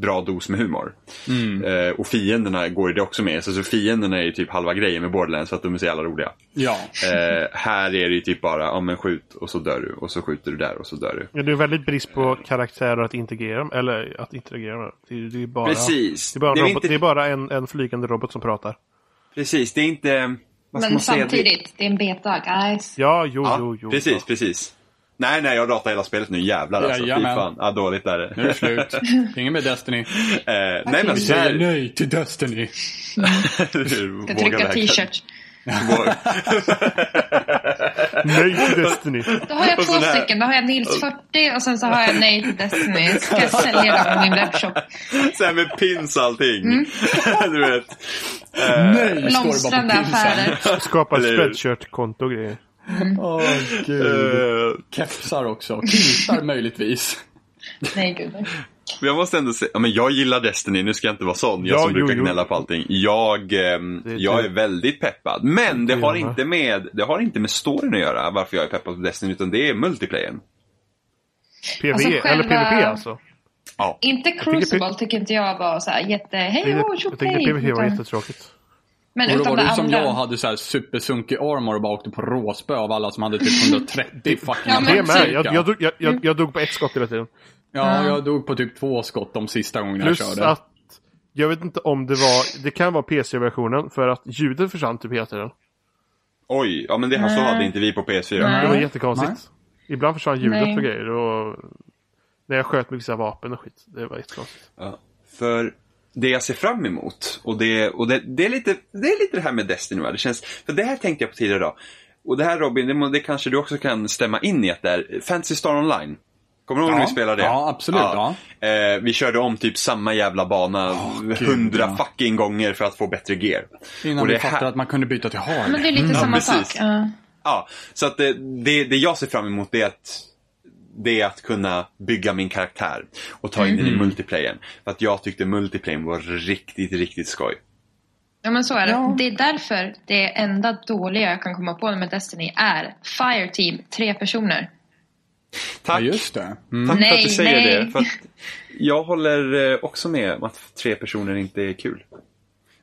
Speaker 3: bra dos med humor.
Speaker 2: Mm.
Speaker 3: Eh, och fienderna går ju det också med. Så, så fienderna är ju typ halva grejen med borderlands för att de är så jävla roliga.
Speaker 2: ja.
Speaker 3: Eh, här är det ju typ bara, ja men skjut och så dör du och så skjuter du där och så dör du.
Speaker 1: Ja, det är väldigt brist på karaktärer att integrera med. Eller att interagera med. Det är, det är bara,
Speaker 3: Precis.
Speaker 1: Det är bara, en,
Speaker 3: Det är
Speaker 1: robot,
Speaker 3: inte-
Speaker 1: det är bara en, en flygande robot som pratar.
Speaker 3: Precis, det är inte... vad ska
Speaker 4: Men
Speaker 3: man säga, det-
Speaker 4: samtidigt, det är en beta, guys.
Speaker 1: Ja, jo,
Speaker 3: Ja,
Speaker 1: jo, jo.
Speaker 3: precis,
Speaker 1: ja.
Speaker 3: precis. Nej, nej, jag ratar hela spelet nu. Jävlar alltså. Fy
Speaker 2: Jajamän.
Speaker 3: fan. Ja, dåligt är det.
Speaker 2: Nu är det slut. Ingen med Destiny.
Speaker 3: Eh, nej, men
Speaker 2: Vi säger
Speaker 3: där...
Speaker 2: nej till Destiny.
Speaker 4: Ska trycka t-shirt.
Speaker 1: Nej till Destiny.
Speaker 4: Då har jag
Speaker 3: Och
Speaker 4: två
Speaker 3: sån här-
Speaker 4: stycken. Då har jag Nils 40 och sen så har jag Nej till Destiny. Ska jag sälja dem på min webbshop?
Speaker 3: Såhär med pins och allting.
Speaker 4: Mm.
Speaker 3: du vet.
Speaker 2: Nej, står det bara
Speaker 4: Blomstrande
Speaker 2: på pinsen.
Speaker 4: affärer.
Speaker 1: Skapa ett
Speaker 3: Eller hur?
Speaker 1: spreadshirt-konto och grejer.
Speaker 2: Åh, gud.
Speaker 3: Eh,
Speaker 2: Kepsar också. Kiltar möjligtvis.
Speaker 4: Nej, gud.
Speaker 3: men jag måste ändå säga, ja, men jag gillar Destiny, nu ska jag inte vara sån. Jag
Speaker 1: Ja,
Speaker 3: som
Speaker 1: jo,
Speaker 3: brukar
Speaker 1: jo.
Speaker 3: gnälla på allting. Jag, ehm,
Speaker 1: Det är
Speaker 3: jag
Speaker 1: du.
Speaker 3: är väldigt peppad. Men det
Speaker 1: jag
Speaker 3: har,
Speaker 1: med.
Speaker 3: inte med, det har inte med storyn att göra varför jag är peppad på Destiny, utan det är multiplayern.
Speaker 1: PV,
Speaker 4: Alltså,
Speaker 1: E, eller
Speaker 4: själva-
Speaker 1: PVP alltså.
Speaker 3: Ja.
Speaker 4: Inte Crucible
Speaker 1: Jag
Speaker 4: tycker inte jag var så här jätte... Hej,
Speaker 1: Jag tyckte-
Speaker 4: oh,
Speaker 1: jag
Speaker 4: tjock,
Speaker 1: tyckte
Speaker 4: hej.
Speaker 1: PVP var
Speaker 4: utan-
Speaker 1: jättetråkigt.
Speaker 4: Men
Speaker 2: Och då
Speaker 4: utan
Speaker 2: var
Speaker 4: det
Speaker 2: du som jag
Speaker 4: andra.
Speaker 2: hade så här supersunkig armor och bara åkte på råspö av alla som hade typ 130 fucking typ,
Speaker 4: Ja, men
Speaker 1: Det med.
Speaker 4: precis.
Speaker 1: typ. Jag, jag, dog- jag, jag, jag dog på ett skott hela tiden.
Speaker 2: Ja, jag dog på typ två skott de sista gångerna jag
Speaker 1: Plus
Speaker 2: körde.
Speaker 1: att jag vet inte om det var, det kan vara PC-versionen för att ljudet försvann typ hela tiden.
Speaker 3: Oj, ja men det här så hade inte vi på PS4.
Speaker 1: Det var
Speaker 4: Nej.
Speaker 1: jättekonstigt. Ibland försvann ljudet
Speaker 4: Nej.
Speaker 1: och grejer och när jag sköt med vissa vapen och skit. Det var jättekonstigt.
Speaker 3: Ja, för det jag ser fram emot, och det, och det, det, är, lite, det är lite det här med Destiny. va? Det, känns, för det här tänkte jag på tidigare idag. Och det här Robin, det, må- det kanske du också kan stämma in i att det är Fantasy Star Online. Kommer du ihåg
Speaker 2: Ja.
Speaker 3: när vi spelade det?
Speaker 2: Ja, absolut,
Speaker 3: Eh, vi körde om typ samma jävla bana hundra
Speaker 2: ja.
Speaker 3: fucking gånger för att få bättre gear.
Speaker 2: Innan
Speaker 3: och det
Speaker 2: vi
Speaker 3: är här-
Speaker 2: fattade att man kunde byta till har.
Speaker 4: Men det är lite samma
Speaker 3: precis.
Speaker 4: sak. Ja.
Speaker 3: Ja, så att det, det, det jag ser fram emot det är att det är att kunna bygga min karaktär och ta in den i
Speaker 2: Mhm.
Speaker 3: multiplayern. För att jag tyckte multiplayern var riktigt, riktigt skoj.
Speaker 4: Ja men så är det.
Speaker 2: Ja.
Speaker 4: Det är därför det enda dåliga jag kan komma på med Destiny är Fireteam, tre personer.
Speaker 2: Ja,
Speaker 3: Tack!
Speaker 2: just det. Mm.
Speaker 3: Tack för att
Speaker 4: Nej,
Speaker 3: du säger
Speaker 4: nej.
Speaker 3: det. För att jag håller eh, också med om att tre personer inte är kul.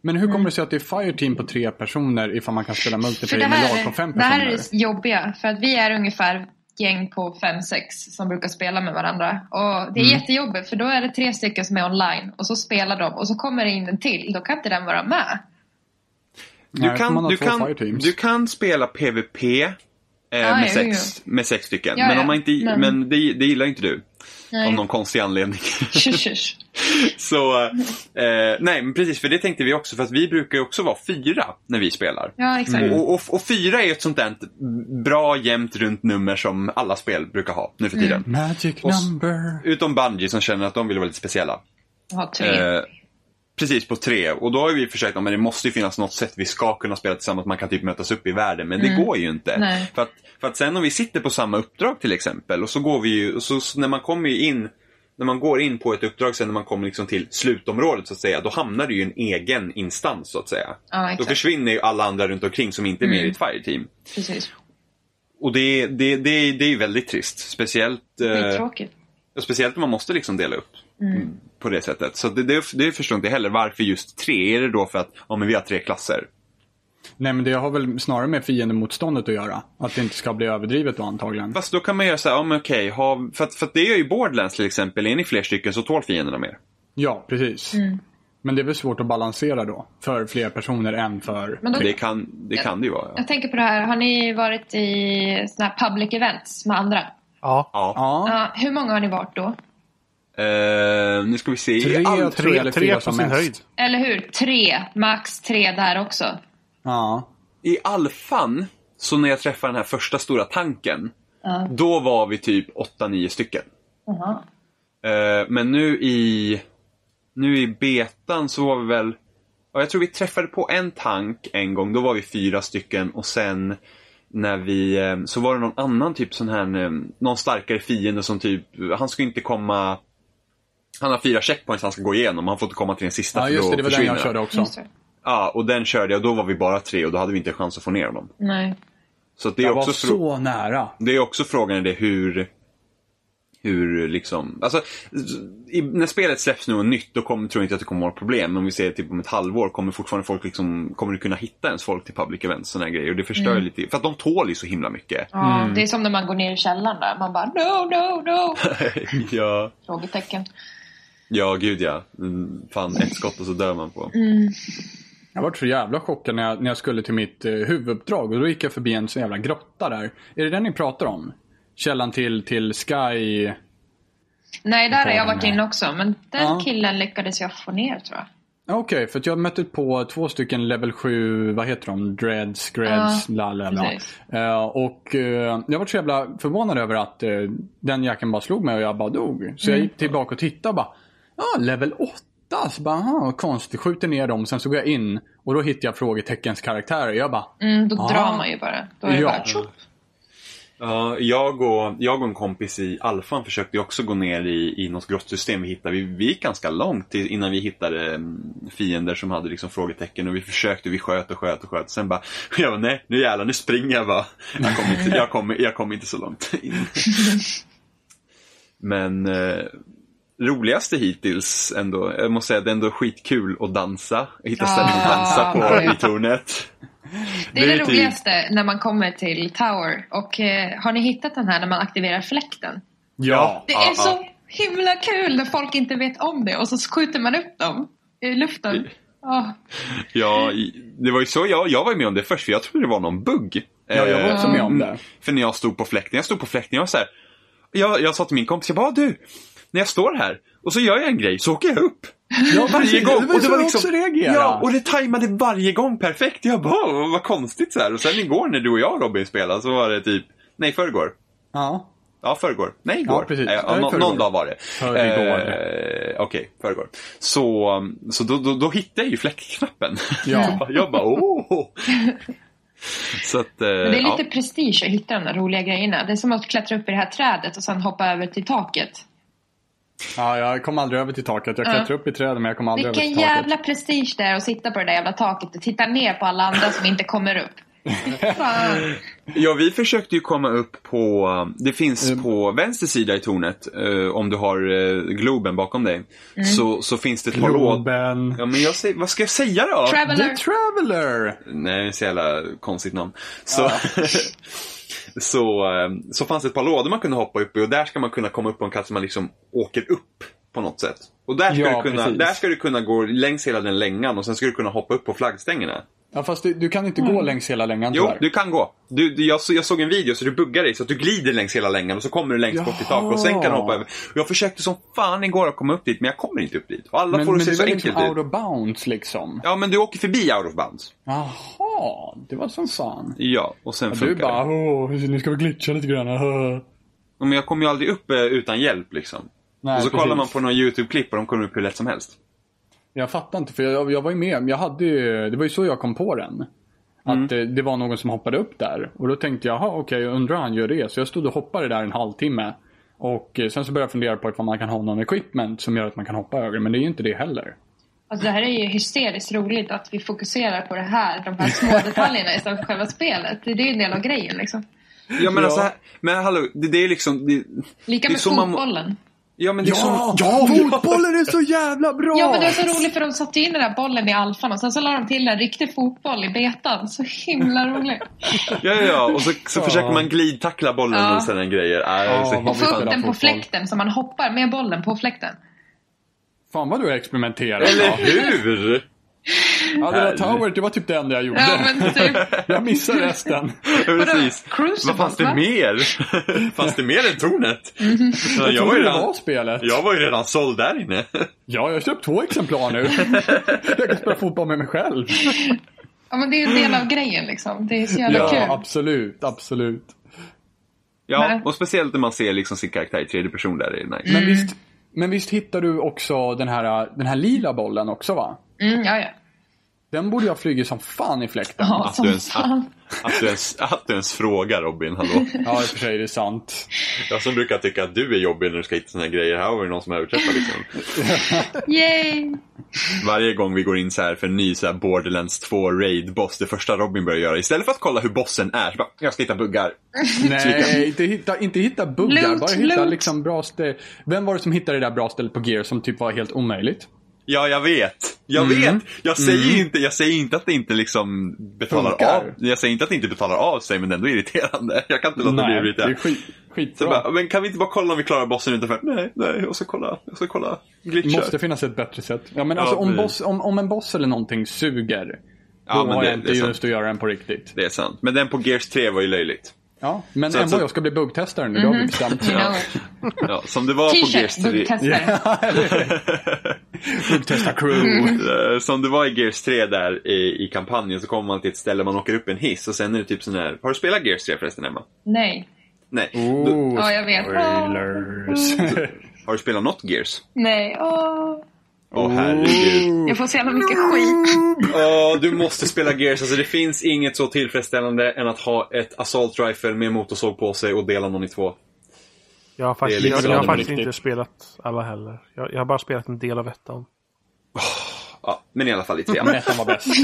Speaker 2: Men hur kommer det sig att det är Fireteam på tre personer ifall man kan spela
Speaker 4: För
Speaker 2: multiplayer
Speaker 4: det
Speaker 2: med
Speaker 4: här,
Speaker 2: lag på fem
Speaker 4: det här
Speaker 2: personer?
Speaker 4: är det jobbiga, för att vi är ungefär gäng på fem sex som brukar spela med varandra. Och det är
Speaker 2: Mm.
Speaker 4: jättejobbigt för då är det tre stycken som är online och så spelar de och så kommer det in en till. Då kan inte den vara med.
Speaker 3: Du
Speaker 2: Nej, får man
Speaker 3: kan,
Speaker 2: ha
Speaker 3: du,
Speaker 2: två
Speaker 3: kan,
Speaker 2: fireteams?
Speaker 3: du kan spela PVP eh,
Speaker 4: Ja,
Speaker 3: med,
Speaker 4: jo,
Speaker 3: sex, med sex stycken.
Speaker 4: Ja,
Speaker 3: men
Speaker 4: ja,
Speaker 3: om man inte,
Speaker 4: men-
Speaker 3: men... det, det gillar inte du.
Speaker 4: Nej.
Speaker 3: Av någon konstig anledning.
Speaker 4: Tjus, tjus.
Speaker 3: Så, eh, nej men precis, för det tänkte vi också. För att vi brukar ju också vara fyra när vi spelar.
Speaker 4: Ja, exakt.
Speaker 2: Mm.
Speaker 3: Och, och, och fyra är ju ett sånt där bra jämnt runt nummer som alla spel brukar ha nu för
Speaker 4: Mm.
Speaker 3: tiden.
Speaker 2: Magic
Speaker 3: Och s-
Speaker 2: number.
Speaker 3: Utom Bungie som känner att de vill vara lite speciella.
Speaker 4: Jag har tre.
Speaker 3: Eh, precis, på tre. Och då har vi försökt, ja, men det måste ju finnas något sätt vi ska kunna spela tillsammans, man kan typ mötas upp i världen. Men det går ju inte.
Speaker 4: Mm. Nej.
Speaker 3: För att, för att sen om vi sitter på samma uppdrag till exempel, och så går vi ju, och så, så när man kommer ju in, när man går in på ett uppdrag sen när man kommer liksom till slutområdet så att säga, då hamnar det ju i en egen instans så att säga.
Speaker 4: ja,
Speaker 3: Då
Speaker 4: exakt. Mm.
Speaker 3: försvinner ju alla andra runt omkring som inte är med i ett fireteam.
Speaker 4: Precis.
Speaker 3: Och det, det, det, det är ju väldigt trist. Speciellt,
Speaker 4: Det är
Speaker 3: eh,
Speaker 4: tråkigt.
Speaker 3: speciellt om man måste liksom dela upp mm, på det sättet. Så det, det, det förstår inte jag heller. Varför just tre? Är det då för att ja, men vi har tre klasser?
Speaker 2: Nej, men det har väl snarare med fiendemotståndet att göra. Att det inte ska bli överdrivet då antagligen.
Speaker 3: Fast då kan man göra så här, ja, men okej, ha, för, att, för att det gör ju Borderlands till exempel. Är ni fler stycken så tål fienderna mer.
Speaker 2: Ja, precis.
Speaker 4: Mm.
Speaker 2: Men det är väl svårt att balansera då. För fler personer än för...
Speaker 4: Men då-
Speaker 3: Det kan det, kan det ju vara. Ja.
Speaker 4: Jag tänker på det här, har ni varit i såna här public events med andra?
Speaker 1: Ja.
Speaker 3: ja.
Speaker 2: Ja,
Speaker 4: Ja, hur många har ni varit då?
Speaker 3: Eh, nu ska vi se.
Speaker 2: Tre,
Speaker 3: Allt-
Speaker 2: tror jag,
Speaker 1: Tre,
Speaker 2: eller
Speaker 1: tre
Speaker 2: fyra
Speaker 1: på
Speaker 2: som
Speaker 1: sin
Speaker 2: mest.
Speaker 1: höjd.
Speaker 4: Eller hur? Tre, max tre där också.
Speaker 2: ja.
Speaker 3: I alfan, så när jag träffade den här första stora tanken, då var vi typ 8-9 stycken.
Speaker 4: Jaha.
Speaker 3: Eh, men nu i, nu i betan så var vi väl, ja, jag tror vi träffade på en tank en gång, då var vi fyra stycken och sen när vi, eh, så var det någon annan typ sån här, eh, någon starkare fiende som typ, han ska inte komma han har fyra checkpoints han ska gå igenom, han får inte komma till den sista
Speaker 2: ja,
Speaker 3: för
Speaker 2: just
Speaker 3: då
Speaker 2: det. Det var den
Speaker 3: försvinner
Speaker 2: jag körde också.
Speaker 4: Just det.
Speaker 3: Ja, och den körde jag och då var vi bara tre och då hade vi inte en chans att få ner honom.
Speaker 4: Nej.
Speaker 3: Så att det är
Speaker 2: Jag var
Speaker 3: också frå-
Speaker 2: så nära.
Speaker 3: det är också frågan är det hur, hur liksom, alltså i, när spelet släpps nu och nytt då kommer, tror jag inte att det kommer vara problem. Men om vi ser typ om ett halvår kommer fortfarande folk liksom, kommer du kunna hitta ens folk till public events och såna här grejer. Och det förstör ju lite, för att de tål ju så himla mycket.
Speaker 4: Ja, Det är som när man går ner i källaren där. Man bara no, no, no.
Speaker 3: ja.
Speaker 4: Frågetecken.
Speaker 3: ja, gud ja. Mm, Fan, ett skott och så dör man på.
Speaker 2: Jag var så jävla chockad när jag, när jag skulle till mitt eh, huvuduppdrag och då gick jag förbi en så jävla grotta där. Är det den ni pratar om? Källan till, till Sky...
Speaker 4: Nej, där har jag
Speaker 2: Frågan
Speaker 4: varit
Speaker 2: är-
Speaker 4: inne också. Men den
Speaker 2: Ja.
Speaker 4: killen lyckades jag få ner tror jag.
Speaker 2: Ja, Okej, för att jag mötte på två stycken level 7, vad heter de? Dreads, Greds,
Speaker 4: Ja,
Speaker 2: la la la.
Speaker 4: precis.
Speaker 2: Eh, och eh, jag var så jävla förvånad över att eh, den jäkeln bara slog mig och jag bara dog. Så
Speaker 4: Mm.
Speaker 2: jag gick tillbaka och tittade och bara, ja, level 8. Så bara, aha, vad konstigt. Skjuter ner dem, sen så går jag in och då hittar jag frågeteckens karaktärer. Jag bara,
Speaker 4: Mm, då
Speaker 2: Ah.
Speaker 4: drar man ju bara. Då är det
Speaker 2: Ja.
Speaker 4: bara tjopp.
Speaker 3: Ja, jag och, jag och en kompis i Alfan försökte ju också gå ner i, i något grottsystem vi hittade. Vi, vi gick ganska långt till, innan vi hittade mm, fiender som hade liksom frågetecken och vi försökte, vi sköt och sköt och sköt. Sen bara, jag bara, nej nu jävlar, nu springer jag bara. Jag kom inte, jag kom, jag kom inte så långt in. Men eh, roligaste hittills ändå, jag måste säga det är ändå skitkul att dansa. Hitta ställen att dansa på i tornet.
Speaker 4: Det är det,
Speaker 3: ju typ-
Speaker 4: roligaste när man kommer till Tower. Och eh, har ni hittat den här när man aktiverar fläkten?
Speaker 3: Ja.
Speaker 4: Det
Speaker 3: Ja,
Speaker 4: är så himla kul när folk inte vet om det och så skjuter man upp dem i luften. Ja,
Speaker 3: Ja, i- det var ju så jag, jag var ju med om det först, för jag trodde det var någon bugg.
Speaker 2: Ja, jag var
Speaker 3: Eh,
Speaker 2: också med om det.
Speaker 3: För när jag stod på fläkten, jag stod på fläkten, jag var så här, jag, jag sa till min kompis, jag bara, "Ah, du, när jag står här och så gör jag en grej, så åker jag upp.
Speaker 2: Ja,
Speaker 3: Varje gång.
Speaker 2: Och det var liksom... också reagerade.
Speaker 3: Ja, och det tajmade varje gång perfekt. Jag bara, "Åh, vad konstigt så här. Och sen igår när du och jag Robin spelade så var det typ, nej förrgår.
Speaker 2: ja.
Speaker 3: Ja, förrgår. Nej, igår.
Speaker 2: Ja, precis.
Speaker 3: Eh,
Speaker 2: Ja,
Speaker 3: nå-
Speaker 2: förrgår.
Speaker 3: någon dag var det.
Speaker 2: Förrgår.
Speaker 3: Eh, Okej, förrgår. Så, så då, då, då hittade jag ju fläckknappen.
Speaker 2: Ja.
Speaker 3: jag bara, åh! så att, eh,
Speaker 4: Men det är lite
Speaker 3: ja.
Speaker 4: prestige att hitta de där roliga grejerna. Det är som att klättra upp i det här trädet och sen hoppa över till taket.
Speaker 2: Ja, jag kom aldrig över till taket. Jag
Speaker 4: Ja.
Speaker 2: klättrade upp i trädet men jag kom aldrig
Speaker 4: Vilken
Speaker 2: över till taket.
Speaker 4: jävla prestige det är att sitta på det där jävla taket och titta ner på alla andra som inte kommer upp. Fan.
Speaker 3: ja, vi försökte ju komma upp på, det finns
Speaker 2: Mm.
Speaker 3: på vänster sida i tornet, eh, om du har eh, Globen bakom dig,
Speaker 4: Mm.
Speaker 3: så, så finns det ett par lådor.
Speaker 2: Globen.
Speaker 3: Ja, men jag säger, vad ska jag säga då?
Speaker 4: Traveler.
Speaker 2: The Traveler!
Speaker 3: Nej, det är så jävla konstigt namn. Så, så, eh, så fanns det ett par lådor man kunde hoppa upp i och där ska man kunna komma upp på en kant så man liksom åker upp på något sätt. Och där ska,
Speaker 2: Ja,
Speaker 3: du, kunna,
Speaker 2: precis.
Speaker 3: där ska du kunna gå längs hela den längan och sen ska du kunna hoppa upp på flaggstängerna.
Speaker 2: Ja, fast du, du kan inte gå längs hela längan
Speaker 3: Mm. Jo,
Speaker 2: tyvärr.
Speaker 3: du kan gå. Du, du, jag, så- jag såg en video så du buggar dig så att du glider längs hela längan och så kommer du längst bort till
Speaker 2: Jaha.
Speaker 3: taket och sen kan du hoppa över. Och jag försökte som fan igår att komma upp dit men jag kommer inte upp dit. Och alla
Speaker 2: Men,
Speaker 3: får
Speaker 2: men
Speaker 3: det se typ.
Speaker 2: det
Speaker 3: så
Speaker 2: är
Speaker 3: enkelt
Speaker 2: liksom
Speaker 3: ut.
Speaker 2: out of bounds liksom.
Speaker 3: Ja, men du åker förbi out of bounds.
Speaker 2: Jaha, det var som fan.
Speaker 3: Ja, och sen
Speaker 2: Du
Speaker 3: funkar det.
Speaker 2: bara, åh, nu ska vi glitcha lite grann. åh."
Speaker 3: Ja, Men jag kommer ju aldrig upp eh, utan hjälp liksom.
Speaker 2: Nej,
Speaker 3: och så kollar
Speaker 2: precis.
Speaker 3: man på någon YouTube-klipp och de kommer upp hur lätt som helst.
Speaker 2: Jag fattar inte, för jag, jag var ju med. Jag hade ju, det var ju så jag kom på den. Att
Speaker 3: Mm.
Speaker 2: eh, det var någon som hoppade upp där. Och då tänkte jag, jaha okej, jag undrar hur han gör det. Så jag stod och hoppade där en halvtimme. Och eh, sen så började jag fundera på ifall man kan ha någon equipment som gör att man kan hoppa över. Men det är ju inte det heller.
Speaker 4: Alltså det här är ju hysteriskt roligt att vi fokuserar på det här, de här små detaljerna istället för själva spelet. Det är ju en del av grejen liksom.
Speaker 3: Ja, men alltså, här- men hallå, det, det är liksom... Det,
Speaker 4: Lika
Speaker 3: det är
Speaker 4: med
Speaker 3: så man-
Speaker 4: fotbollen.
Speaker 3: Ja, men det är så...
Speaker 2: ja, fotbollen är så jävla bra!
Speaker 4: Ja men det är så roligt för de satte in den där bollen i alfan och sen så la de till en riktig fotboll i betan. Så himla roligt.
Speaker 3: Ja, ja, ja. Och så, så försöker man glidtackla bollen
Speaker 4: Ja.
Speaker 3: och sådana grejer. Äh,
Speaker 2: Ja,
Speaker 3: så,
Speaker 2: vad
Speaker 4: Och få upp
Speaker 2: spelar
Speaker 4: den på
Speaker 2: fotboll.
Speaker 4: fläkten så man hoppar med bollen på fläkten.
Speaker 2: Fan vad du har experimenterat.
Speaker 3: eller
Speaker 2: Ja.
Speaker 3: hur?
Speaker 2: Ja, det där towert, det var typ det enda jag gjorde.
Speaker 4: Ja men typ.
Speaker 2: Jag missade resten.
Speaker 3: Precis.
Speaker 4: Crucible,
Speaker 3: Vad fanns det
Speaker 4: va?
Speaker 3: mer? fanns det mer än tornet? Ja, jag,
Speaker 2: Jag
Speaker 3: var ju
Speaker 2: trodde det var
Speaker 3: redan,
Speaker 2: spelet.
Speaker 3: jag var ju redan såld där inne.
Speaker 2: Ja, jag har köpt två exemplar nu. Jag kan spela fotboll med mig själv.
Speaker 4: Ja men det är ju en del av grejen liksom. Det är så jävla
Speaker 3: Ja,
Speaker 4: kul.
Speaker 2: absolut, absolut.
Speaker 3: ja,
Speaker 4: Nej.
Speaker 3: och speciellt när man ser liksom sin karaktär i tredje person där. Det är nice.
Speaker 4: Mm.
Speaker 2: Men visst, men visst hittar du också den här, den här lila bollen också va?
Speaker 4: Mm, ja ja.
Speaker 2: Den borde jag flyga som fan i fläkten.
Speaker 4: Ja
Speaker 3: Att
Speaker 4: som
Speaker 3: du, ens, att,
Speaker 4: fan.
Speaker 3: att, du ens, att du ens frågar Robin, hallå.
Speaker 2: Ja, i och för sig det är sant.
Speaker 3: Jag som brukar tycka att du är jobbig när du ska hitta såna här grejer. Här har vi någon som överträffar liksom.
Speaker 4: Yay!
Speaker 3: Varje gång vi går in så här för en ny så här Borderlands 2 raid-boss, det första Robin börjar göra, istället för att kolla hur bossen är, så bara, jag ska hitta buggar. Tycker
Speaker 2: Nej, inte hitta, inte hitta buggar.
Speaker 4: Loot,
Speaker 2: bara hitta
Speaker 4: loot.
Speaker 2: liksom bra stä- Vem var det som hittade det där bra stället på Gear som typ var helt omöjligt?
Speaker 3: Ja, jag vet. Jag vet. Jag säger, inte, jag säger inte att det inte liksom betalar
Speaker 2: Funkar.
Speaker 3: av Jag säger inte att det inte betalar av sig, men det är ändå irriterande. Jag kan inte låta bli att
Speaker 2: det är
Speaker 3: irriterad.
Speaker 2: skit,
Speaker 3: Så
Speaker 2: skitbra.
Speaker 3: bara, men kan vi inte bara kolla om vi klarar bossen utanför? Nej, nej, jag ska kolla, jag ska kolla
Speaker 2: Det
Speaker 3: glitchar.
Speaker 2: måste finnas ett bättre sätt. Ja, men
Speaker 3: Ja,
Speaker 2: alltså, om,
Speaker 3: precis.
Speaker 2: boss, om, om en boss eller någonting suger,
Speaker 3: Ja,
Speaker 2: då
Speaker 3: men
Speaker 2: har
Speaker 3: det-
Speaker 2: jag
Speaker 3: det
Speaker 2: inte
Speaker 3: är sant.
Speaker 2: just att göra den på riktigt.
Speaker 3: Det är sant. Men den på Gears 3 var ju löjligt.
Speaker 2: Ja, men
Speaker 3: Så
Speaker 2: Emma
Speaker 3: alltså-
Speaker 2: och jag ska bli buggtestare nu, det har vi bestämt.
Speaker 4: You know.
Speaker 3: Ja, som det var på Gears
Speaker 4: T-shirt,
Speaker 3: 3.
Speaker 4: buggtestare.
Speaker 2: Buggtesta crew.
Speaker 3: Eh, Som det var i Gears 3 där i, i kampanjen så kommer man till ett ställe, man åker upp en hiss och sen är det typ sån här... Har du spelat Gears 3 förresten Emma?
Speaker 4: Nej.
Speaker 3: Nej. Du,
Speaker 2: Oh,
Speaker 4: Ja, jag vet.
Speaker 2: spoilers.
Speaker 3: har du spelat något Gears?
Speaker 4: Nej. Åh.
Speaker 3: Åh herregud.
Speaker 4: Jag får så jävla mycket skit.
Speaker 3: Åh, du måste spela Gears. Alltså det finns inget så tillfredsställande än att ha ett assault rifle med motorsåg på sig och dela någon i två.
Speaker 1: Jag har faktiskt,
Speaker 3: liksom
Speaker 1: jag, jag har
Speaker 3: aldrig
Speaker 1: faktiskt
Speaker 2: riktigt.
Speaker 1: inte spelat alla heller. Jag, jag har bara spelat en del av ettan.
Speaker 3: Ja, men i alla fall i trean.
Speaker 2: Men ettan var bäst.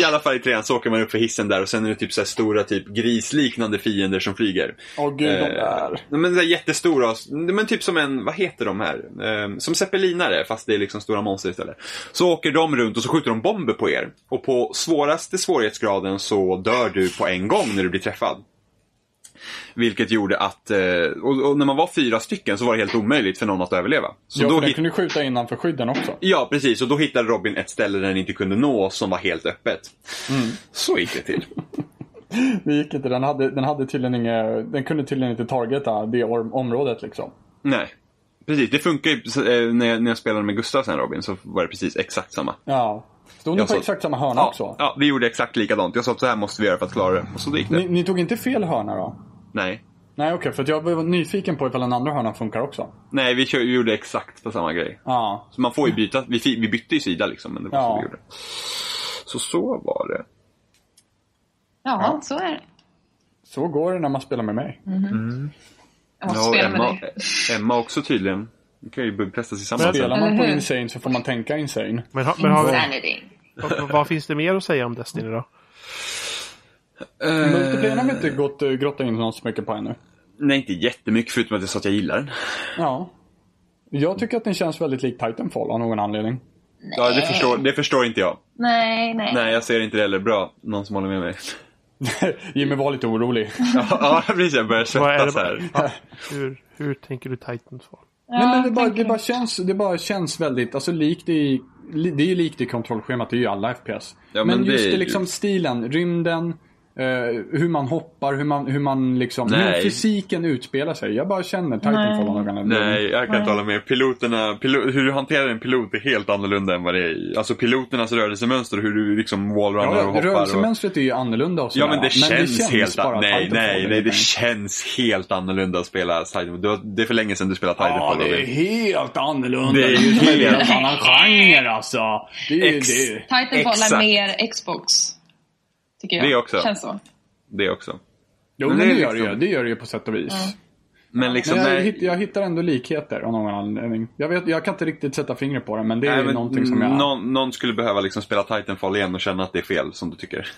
Speaker 3: I alla fall i trean så åker man upp för hissen där och sen är det typ så här stora typ grisliknande fiender som flyger.
Speaker 2: Åh gud, de där.
Speaker 3: Eh, men det är jättestora, men typ som en, vad heter de här? Eh, som zeppelinare fast det är liksom stora monster istället. Så åker de runt och så skjuter de bomber på er. Och på svåraste svårighetsgraden så dör du på en gång när du blir träffad. Vilket gjorde att, eh, och, och när man var fyra stycken så var det helt omöjligt för någon att överleva. Så
Speaker 2: Ja,
Speaker 3: då
Speaker 2: för den
Speaker 3: hitt-
Speaker 2: kunde ju skjuta innanför skydden också.
Speaker 3: Ja, precis. Och då hittade Robin ett ställe där den inte kunde nå som var helt öppet. Mm. Så gick det till.
Speaker 2: Det gick inte, den, hade, den, hade tydligen inga, den kunde tydligen inte targeta det or- området liksom.
Speaker 3: Nej. Precis, det funkar ju. så, eh, När jag, när jag spelade med Gustav sen Robin så var det precis exakt samma.
Speaker 2: Ja. Stod ni
Speaker 3: Jag
Speaker 2: på
Speaker 3: sa-
Speaker 2: exakt samma hörna också?
Speaker 3: Ja, ja, vi gjorde exakt likadant. Jag sa att så här måste vi göra för att klara det. Och så gick det.
Speaker 2: Ni, ni tog inte fel hörna då?
Speaker 3: Nej.
Speaker 2: Nej okej, för att jag var nyfiken på ifall den andra hörnan funkar också.
Speaker 3: Nej, vi, kör, vi gjorde exakt på samma grej.
Speaker 2: Ja.
Speaker 3: Så man får ju byta. Vi, fi- vi bytte ju sida liksom, men det var så
Speaker 2: Ja.
Speaker 3: vi gjorde. Så så var det.
Speaker 4: Ja, så är det.
Speaker 2: Så går det när man spelar med mig.
Speaker 4: Jag måste
Speaker 3: Ja, och
Speaker 4: spela med
Speaker 3: Emma,
Speaker 4: dig.
Speaker 3: Emma också tydligen. Vi kan ju buggtesta tillsammans.
Speaker 2: Spelar
Speaker 3: sen.
Speaker 2: man på
Speaker 4: Eller hur?
Speaker 2: Insane så får man tänka Insane.
Speaker 1: Men, har- men har, vi-
Speaker 4: Insanity.
Speaker 1: vad, vad finns det mer att säga om Destiny då?
Speaker 3: Eh,
Speaker 2: Eh. Multiplayern har vi inte gått, eh, grottat in oss så mycket på ännu.
Speaker 3: Nej, inte jättemycket förutom att jag sa att jag gillar den.
Speaker 2: Ja. Jag tycker att den känns väldigt lik Titanfall av någon anledning.
Speaker 3: Ja, det förstår, det förstår inte jag.
Speaker 4: Nej, nej.
Speaker 3: Nej, jag ser inte det heller. Bra, någon som håller med mig.
Speaker 2: Jimmy var lite orolig.
Speaker 3: Ja, ja, precis. Jag börjar
Speaker 1: Vad är det
Speaker 3: svettas här.
Speaker 1: bara- Ja, hur, hur tänker du Titanfall?
Speaker 2: Nej, men det, bara,
Speaker 4: tänker
Speaker 2: det, bara
Speaker 4: jag.
Speaker 2: känns, det bara känns väldigt, alltså likt i, li, det är ju likt i kontrollschemat, det är ju alla FPS.
Speaker 3: Ja,
Speaker 2: men,
Speaker 3: men det
Speaker 2: just
Speaker 3: är
Speaker 2: det,
Speaker 3: ju-
Speaker 2: liksom stilen, rymden, eh, hur man hoppar, hur man, hur man liksom, hur
Speaker 3: Nej.
Speaker 2: fysiken utspelar sig. Jag bara känner Titanfall av någon anledning.
Speaker 3: Nej, jag kan inte
Speaker 4: Nej.
Speaker 3: hålla med. Piloterna, pilo- hur du hanterar en pilot är helt annorlunda än vad det är i. Alltså piloternas rörelsemönster och hur du liksom wallrunnar
Speaker 2: Ja,
Speaker 3: och hoppar. Och...
Speaker 2: rörelsemönstret är ju annorlunda och
Speaker 3: Ja
Speaker 2: sådär,
Speaker 3: men det känns, helt
Speaker 2: bara
Speaker 3: annorlunda. Nej,
Speaker 2: Titanfall
Speaker 3: nej, nej.
Speaker 2: lite.
Speaker 3: Det känns helt annorlunda att spela Titanfall. Du har- Det är för länge sedan du spelade
Speaker 2: Ja,
Speaker 3: Titanfall.
Speaker 2: det är
Speaker 3: Robin.
Speaker 2: helt annorlunda.
Speaker 3: Det är ju
Speaker 2: Det är
Speaker 3: helt-
Speaker 2: en helt annan genre alltså. Det är, ju-
Speaker 3: Ex-
Speaker 2: det är...
Speaker 4: Titanfall är
Speaker 3: Exakt.
Speaker 4: mer Xbox. Tycker jag.
Speaker 3: Det också.
Speaker 4: Känns så.
Speaker 3: Det också.
Speaker 2: Jo, men
Speaker 3: Men
Speaker 2: det,
Speaker 3: det är
Speaker 2: gör det ju.
Speaker 3: liksom-
Speaker 2: Det gör det ju på sätt och vis.
Speaker 3: Men liksom,
Speaker 2: Men jag,
Speaker 3: nej.
Speaker 2: hitt, jag hittar ändå likheter av någon anledning. Jag, vet, jag kan inte riktigt sätta fingret på det, men det är
Speaker 3: Nej,
Speaker 2: ju
Speaker 3: men
Speaker 2: någonting som jag...
Speaker 3: någon, någon skulle behöva liksom spela Titanfall igen och känna att det är fel som du tycker.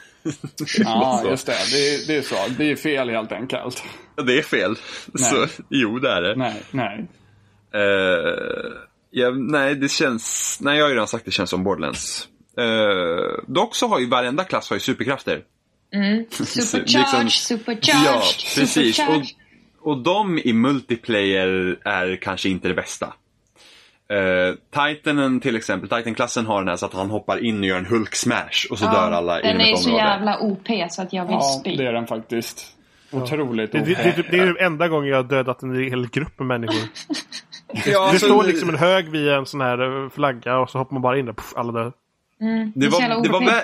Speaker 2: Ja,
Speaker 3: Så.
Speaker 2: just det. Det är, det är så. Det är fel helt enkelt.
Speaker 3: Det är fel. Så, jo, det är det.
Speaker 2: Nej, nej.
Speaker 3: Eh, ja, nej, det känns... Nej, jag har ju redan sagt det känns som Borderlands. Eh, dock så har ju varenda klass har ju superkrafter.
Speaker 4: Mm. Supercharged,
Speaker 3: Liksom-
Speaker 4: supercharged,
Speaker 3: ja, precis.
Speaker 4: supercharged.
Speaker 3: Och, och de i multiplayer är kanske inte det bästa. Eh, Titanen till exempel, Titan-klassen har den här så att han hoppar in och gör en Hulk-smash och så dör alla
Speaker 4: Den
Speaker 3: inom
Speaker 4: är
Speaker 3: ett
Speaker 4: så
Speaker 3: område.
Speaker 4: jävla OP så att jag vill
Speaker 2: Ja,
Speaker 4: spy.
Speaker 2: det är den faktiskt. Otroligt
Speaker 1: Det, det,
Speaker 2: otäck.
Speaker 1: det, det är den enda gången jag har dödat en hel grupp med människor.
Speaker 3: Ja,
Speaker 1: Det
Speaker 3: alltså,
Speaker 1: står liksom en hög vid en sån här eh, flagga och så hoppar man bara in där. Puff, alla dör.
Speaker 3: Det
Speaker 4: är så jävla
Speaker 3: var, det, var
Speaker 4: OP.
Speaker 3: vär,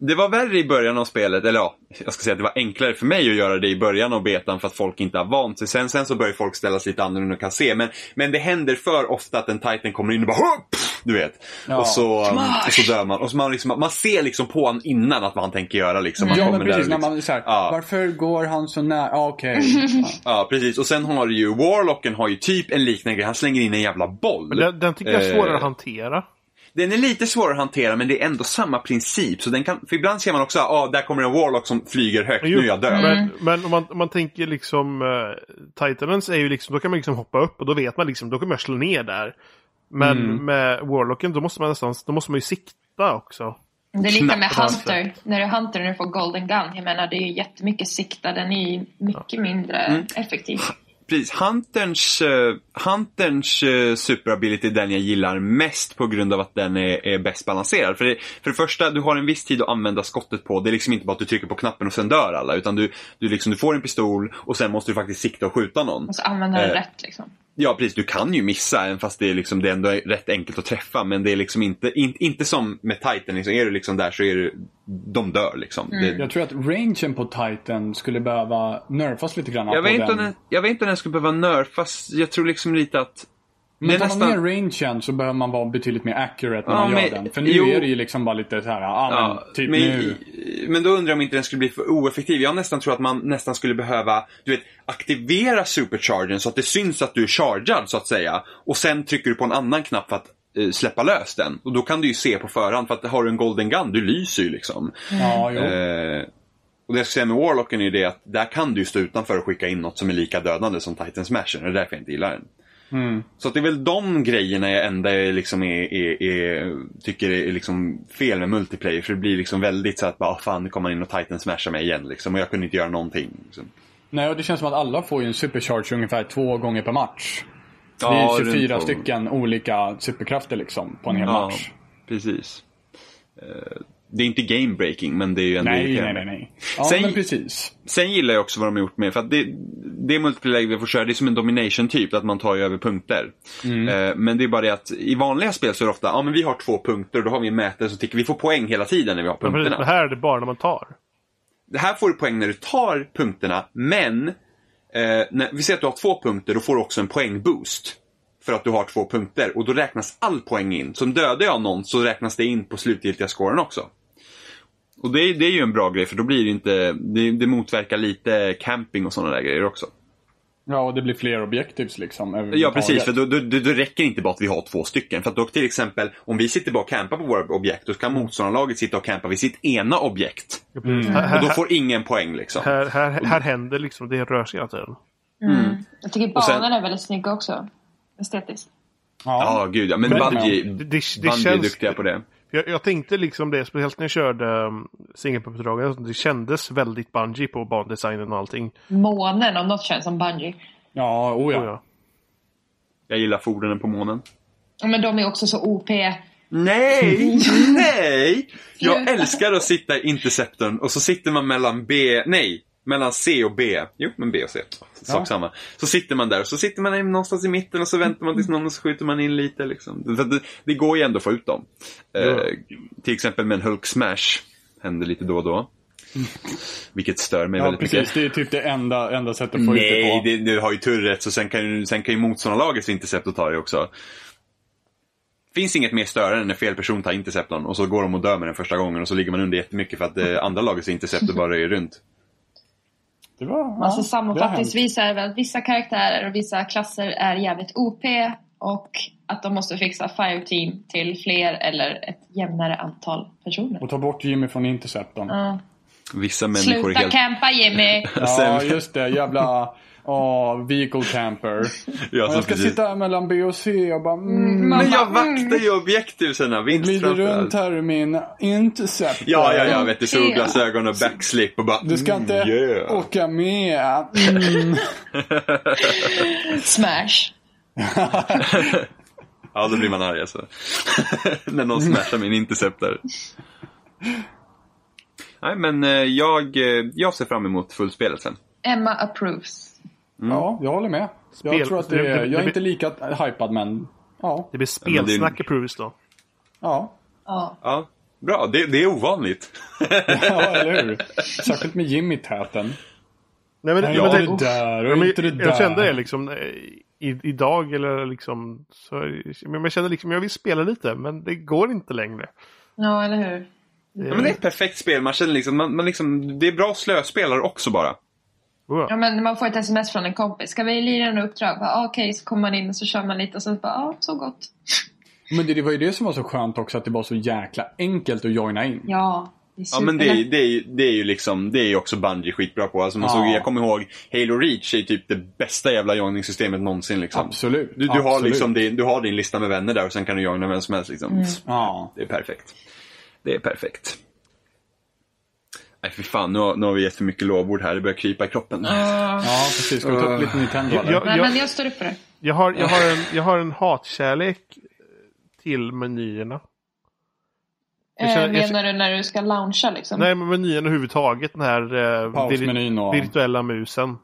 Speaker 3: det var värre i början av spelet, eller ja, jag ska säga att det var enklare för mig att göra det i början av betan för att folk inte har vant sig. Sen, sen så börjar folk ställa sig lite annorlunda och kan se, men, men det händer för ofta att en titan kommer in och bara "Huh!" Pff, du vet.
Speaker 2: Ja.
Speaker 3: Och, så, um, och så dör man. Och så man, liksom, man ser liksom på honom innan att vad han tänker göra. Liksom. Man
Speaker 2: Ja, men
Speaker 3: kommer
Speaker 2: precis.
Speaker 3: där
Speaker 2: När
Speaker 3: och liksom,
Speaker 2: man så här,
Speaker 3: Ja.
Speaker 2: varför går han så nära? Ja, Okej.
Speaker 3: ja, precis. Och sen har ju Warlocken har ju typ en liknande grej. Han slänger in en jävla boll.
Speaker 1: Men den, den tycker jag är svårare
Speaker 3: Eh.
Speaker 1: att hantera.
Speaker 3: Den är lite svårare att hantera men det är ändå samma princip. Så den kan, för ibland ser man också att ah, där kommer en Warlock som flyger högt, nu
Speaker 1: Jo,
Speaker 3: är jag död.
Speaker 1: Men, men om, man, om man tänker liksom uh, Titanens är ju liksom, då kan man liksom hoppa upp och då vet man liksom, då kommer jag slå ner där. Men
Speaker 3: Mm.
Speaker 1: med Warlocken då måste man nästan, då måste man ju sikta också.
Speaker 4: Det är lite med
Speaker 3: Knappt
Speaker 4: Hunter. När du Hunter när du får Golden Gun. Jag menar det är ju jättemycket sikta. Den är ju mycket mindre
Speaker 3: Mm.
Speaker 4: effektiv.
Speaker 3: Precis. Hunterns, eh, Hunterns eh, superability är den jag gillar mest på grund av att den är, är bäst balanserad. För det, för det första, du har en viss tid att använda skottet på. Det är liksom inte bara att du trycker på knappen och sen dör alla. Utan du, du, liksom, du får en pistol och sen måste du faktiskt sikta och skjuta någon.
Speaker 4: Och så använder den
Speaker 3: Eh.
Speaker 4: rätt liksom.
Speaker 3: Ja precis, du kan ju missa även fast det är, liksom, det är ändå rätt enkelt att träffa. Men det är liksom inte, in, inte som med Titan. Liksom. Är du liksom där så är du, de dör liksom. Det,
Speaker 2: Jag tror att rangen på Titan skulle behöva nerfas lite grann.
Speaker 3: jag,
Speaker 2: på
Speaker 3: vet inte om
Speaker 2: den.
Speaker 3: den, jag vet inte om den skulle behöva nerfas. Jag tror liksom lite att
Speaker 2: Men
Speaker 3: Det
Speaker 2: tar
Speaker 3: är
Speaker 2: man
Speaker 3: nästan-
Speaker 2: ner rangen så behöver man vara betydligt mer accurate när
Speaker 3: Ja,
Speaker 2: man gör
Speaker 3: men-
Speaker 2: den. För nu
Speaker 3: jo.
Speaker 2: är det ju liksom bara lite så här, ah,
Speaker 3: Ja,
Speaker 2: men typ
Speaker 3: men,
Speaker 2: nu.
Speaker 3: men då undrar jag om inte den skulle bli för oeffektiv. Jag nästan tror att man nästan skulle behöva du vet, aktivera superchargen så att det syns att du är chargad så att säga. Och sen trycker du på en annan knapp för att eh, släppa lös den. Och då kan du ju se på förhand för att har du en golden gun, du lyser ju liksom.
Speaker 2: Ja, jo.
Speaker 3: Eh, och det jag ska säga med Warlocken är det att där kan du ju stå utanför och skicka in något som är lika dödande som Titan Smasher. Det är därför jag inte gillar den.
Speaker 2: Mm.
Speaker 3: Så att det är väl de grejerna jag enda är liksom är, är, är, tycker är liksom fel med multiplayer. För det blir liksom väldigt så att bara, "Ah, fan nu kommer han in och Titan smashar mig igen liksom. Och jag kunde inte göra någonting. Liksom.
Speaker 2: Nej, och det känns som att alla får ju en supercharge ungefär två gånger per match. Det är 24 stycken olika superkrafter liksom på en hel
Speaker 3: Ja,
Speaker 2: match.
Speaker 3: precis. Eh, Det är inte game breaking men det är ju ändå
Speaker 2: Nej, nej,
Speaker 3: irriterande.
Speaker 2: nej, nej. Ja,
Speaker 3: Sen-
Speaker 2: men precis.
Speaker 3: Sen gillar jag också vad de har gjort med, för att det, det multiplayer vi får köra, det är som en domination typ, att man tar ju över punkter. Eh, men det är bara det att i vanliga spel så är det ofta, ja men vi har två punkter och då har vi en mätare som tickar, vi får poäng hela tiden när vi har
Speaker 1: Men precis,
Speaker 3: punkterna.
Speaker 1: men här är det bara när man tar.
Speaker 3: Det här får du poäng när du tar punkterna, men eh, när, vi säger att du har två punkter, då får du också en poängboost. För att du har två punkter och då räknas all poäng in. Som dödar jag någon så räknas det in på slutgiltiga scoren också. Och det, är- det är ju en bra grej för då blir det inte, det, det motverkar lite camping och sådana där grejer också.
Speaker 2: Ja, och det blir fler objektivs liksom.
Speaker 3: Ja
Speaker 2: överhuvudtaget.
Speaker 3: precis, för då, då, då då räcker det inte bara att vi har två stycken. För att då till exempel, om vi sitter bara och campar på våra objekt, då kan motståndarlaget sitta och campa vid sitt ena objekt. Mm. Och då får ingen poäng liksom.
Speaker 1: Mm. Här, här, här händer liksom, det rör sig hela tiden.
Speaker 4: Jag tycker
Speaker 3: Och sen-
Speaker 4: banorna är väldigt snygga också. Estetiskt.
Speaker 2: Ja.
Speaker 3: Ja, gud ja. Men,
Speaker 2: Men-
Speaker 3: Bungie,
Speaker 1: Det, det, det
Speaker 3: Bungie Mm. är
Speaker 1: känns...
Speaker 3: duktiga på det.
Speaker 1: Jag, jag tänkte liksom det, speciellt när jag körde um, singelpuppdragen. Det kändes väldigt bungee på bandesignen och allting.
Speaker 4: Månen om något känns som Bungie.
Speaker 2: Ja, oh ja.
Speaker 1: tror jag.
Speaker 3: Jag gillar fordonen på månen.
Speaker 4: Men de är också så OP.
Speaker 3: Nej! Nej! Jag
Speaker 4: Sluta.
Speaker 3: älskar att sitta i interceptorn och så sitter man mellan B, nej, mellan C och B. Jo, men B och C. Sak
Speaker 2: Ja.
Speaker 3: samma. Så sitter man där och så sitter man i- någonstans i mitten och så väntar man tills någon och så skjuter man in lite liksom. Det, det, det går ju ändå att få ut dem. Eh, till exempel med en Hulk Smash. Händer lite då och då. Vilket stör mig
Speaker 2: Ja,
Speaker 3: väldigt mycket.
Speaker 2: precis. Det är typ det enda, enda sättet att få ut det
Speaker 3: Nej,
Speaker 2: på.
Speaker 3: det, du har ju turret så sen kan ju, sen kan ju motståndarlagets interceptor ta det också. Finns inget mer störande än när fel person tar interceptorn och så går de och dör med den första gången och så ligger man under jättemycket för att det andra lagets interceptor bara röjer runt.
Speaker 2: Det var,
Speaker 4: Alltså
Speaker 2: ja,
Speaker 4: sammanfattningsvis är det väl att vissa karaktärer och vissa klasser är jävligt OP och att de måste fixa Fireteam till fler eller ett jämnare antal personer.
Speaker 2: det har hänt. Och ta bort Jimmy från Interceptorn.
Speaker 4: Ja.
Speaker 3: Vissa människor
Speaker 4: Sluta
Speaker 3: är helt...
Speaker 4: campa Jimmy!
Speaker 2: Ja,
Speaker 3: Sen-
Speaker 2: just det. Jävla oh, vehicle camper.
Speaker 3: Ja,
Speaker 2: Och
Speaker 3: så
Speaker 2: jag ska
Speaker 3: precis.
Speaker 2: sitta här mellan B och C och bara mm,
Speaker 4: Man
Speaker 3: Men jag
Speaker 4: bara, mm,
Speaker 3: vaktar ju objektiv Senna, vinst
Speaker 2: glider
Speaker 3: framför
Speaker 2: runt
Speaker 3: allt.
Speaker 2: här i min Interceptor.
Speaker 3: Ja, ja, ja, vet du,
Speaker 4: Okej.
Speaker 3: solglasögon och backslip och bara
Speaker 2: Du ska inte
Speaker 3: mm, yeah.
Speaker 2: åka med. Mm.
Speaker 4: Smash!
Speaker 3: Ja, då blir man arg alltså. När någon smashar min interceptor. Nej, men eh, jag, eh, jag ser fram emot fullspelet sen.
Speaker 4: Emma approves.
Speaker 3: Mm.
Speaker 2: Ja, jag håller med.
Speaker 1: Spel-
Speaker 2: Jag tror att det
Speaker 1: det-
Speaker 2: är,
Speaker 1: det-
Speaker 2: jag är
Speaker 1: det-
Speaker 2: inte lika hypad men ja.
Speaker 1: Det blir
Speaker 3: men det-
Speaker 1: spelsnack i Provis då.
Speaker 2: Ja,
Speaker 4: Ja.
Speaker 3: Ja, bra. Det, det är ovanligt.
Speaker 2: ja eller hur? Särskilt med Jimmy i täten.
Speaker 1: Nej, men,
Speaker 2: Nej,
Speaker 1: men
Speaker 2: jag
Speaker 1: det-
Speaker 2: är det där och
Speaker 1: Ja, men
Speaker 2: inte det där.
Speaker 1: jag kände det liksom eh, i, idag eller liksom. Så, men jag kände liksom jag vill spela lite men det går inte längre. Eh,
Speaker 4: ja, eller hur?
Speaker 3: Ja, men det är ett perfekt spel. Man känner liksom, man, man liksom, det är bra slöspelare också bara.
Speaker 1: Oh,
Speaker 4: Ja, men man får ett sms från en kompis. Ska vi lira en uppdrag? Bara, ah, Okej, så kommer man in och så kör man lite och så bara, ja, ah, så gott.
Speaker 2: Men det, det var ju det som var så skönt också att det var så jäkla enkelt att joina in.
Speaker 4: Ja, det är
Speaker 3: Ja, men det, är-
Speaker 4: superlätt.
Speaker 3: det, är, ju- det är ju liksom, det är ju också Bungie skitbra på. Alltså man
Speaker 2: Ja.
Speaker 3: såg, jag kommer ihåg, Halo Reach är ju typ det bästa jävla joiningssystemet någonsin. Liksom.
Speaker 2: Absolut.
Speaker 3: Du, du, har
Speaker 2: absolut.
Speaker 3: liksom din, du har din lista med vänner där och sen kan du joina vem som helst. Liksom.
Speaker 2: Ja.
Speaker 3: Det är perfekt. Det är perfekt. Nej fy fan, nu har, nu har vi gett för mycket lovord här. Det börjar krypa i kroppen.
Speaker 2: ja, precis. Ska vi ta upp lite Nintendo eller?
Speaker 1: Jag-
Speaker 4: Nej,
Speaker 1: jag-
Speaker 4: men jag står upp för det.
Speaker 1: Jag har, jag har en, jag har en hatkärlek eh, till menyerna. Jag känner-
Speaker 4: eh,
Speaker 1: jag
Speaker 4: menar du när du ska loungea liksom?
Speaker 1: Nej, men menyerna överhuvudtaget. Den här eh,
Speaker 2: Pausmenyn och-
Speaker 1: virtuella musen.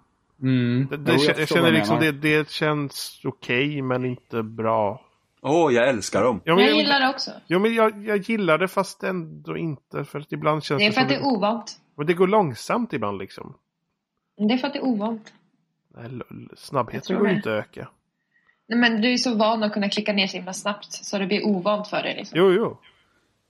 Speaker 2: Mm.
Speaker 1: Det, det,
Speaker 2: Jo,
Speaker 1: jag, jag,
Speaker 2: förstår
Speaker 1: känner
Speaker 2: vad du
Speaker 1: liksom
Speaker 2: menar.
Speaker 1: det, det känns okej men inte bra.
Speaker 3: Åh, jag älskar dem.
Speaker 1: Ja, men,
Speaker 4: Jag gillar det också.
Speaker 1: ja, men jag, jag gillar det fast ändå inte. För att ibland känns
Speaker 4: Det är för
Speaker 1: som
Speaker 4: att det är ovant.
Speaker 1: Men det går långsamt ibland liksom.
Speaker 4: Det är för att det är ovant.
Speaker 1: Nej, lull.
Speaker 4: Jag
Speaker 1: Snabbheten
Speaker 4: tror
Speaker 1: går ju
Speaker 4: det.
Speaker 1: inte att öka.
Speaker 4: Nej, men du är så van att kunna klicka ner så himla snabbt så det blir ovant för dig liksom.
Speaker 1: Jo, jo.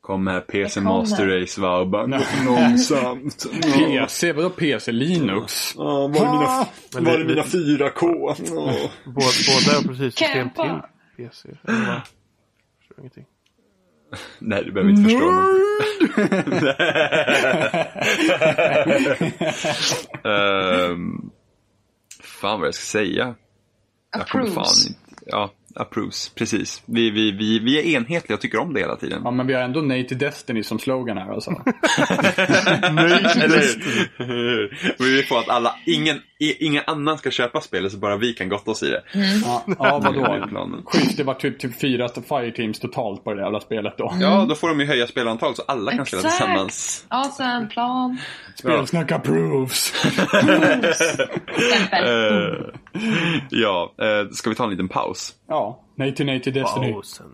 Speaker 3: Kom här PC
Speaker 4: kommer.
Speaker 3: Master Race va och bara långsamt. Åh,
Speaker 2: PC, vadå PC? Linux?
Speaker 3: åh, var är mina,
Speaker 1: Men
Speaker 3: var
Speaker 1: det-
Speaker 3: är mina 4K? Åh.
Speaker 1: Bå, båda har precis system till
Speaker 4: Campa.
Speaker 1: PC. Eller vad? Jag förstår ingenting.
Speaker 3: Nej, du behöver inte förstå någonting. Ehm, fan vad jag ska säga. Jag kommer fan
Speaker 4: Approves.
Speaker 3: inte... Ja, approves. Precis. Vi, vi, vi, vi är enhetliga och tycker om det hela tiden.
Speaker 2: Ja, men vi har ändå Nej till Destiny som slogan här alltså.
Speaker 3: Eller hur? Men Vi får att alla, ingen, i- ingen annan ska köpa spelet så bara vi kan gotta oss i det.
Speaker 4: Mm.
Speaker 2: Ja, ja
Speaker 3: Det är
Speaker 2: vadå?
Speaker 3: planen.
Speaker 2: Sjukt, det var typ, typ fyra fireteams totalt på det jävla spelet då.
Speaker 3: Ja, då får de ju höja spelantal så alla kan spela
Speaker 4: Mm. Exakt.
Speaker 3: tillsammans.
Speaker 4: Awesome plan.
Speaker 2: Spelsnack approves!
Speaker 4: Stämpel.
Speaker 3: Eh, ja, eh, ska vi ta en liten paus?
Speaker 2: Ja, Nej till Nej till Destiny.
Speaker 1: Pausen.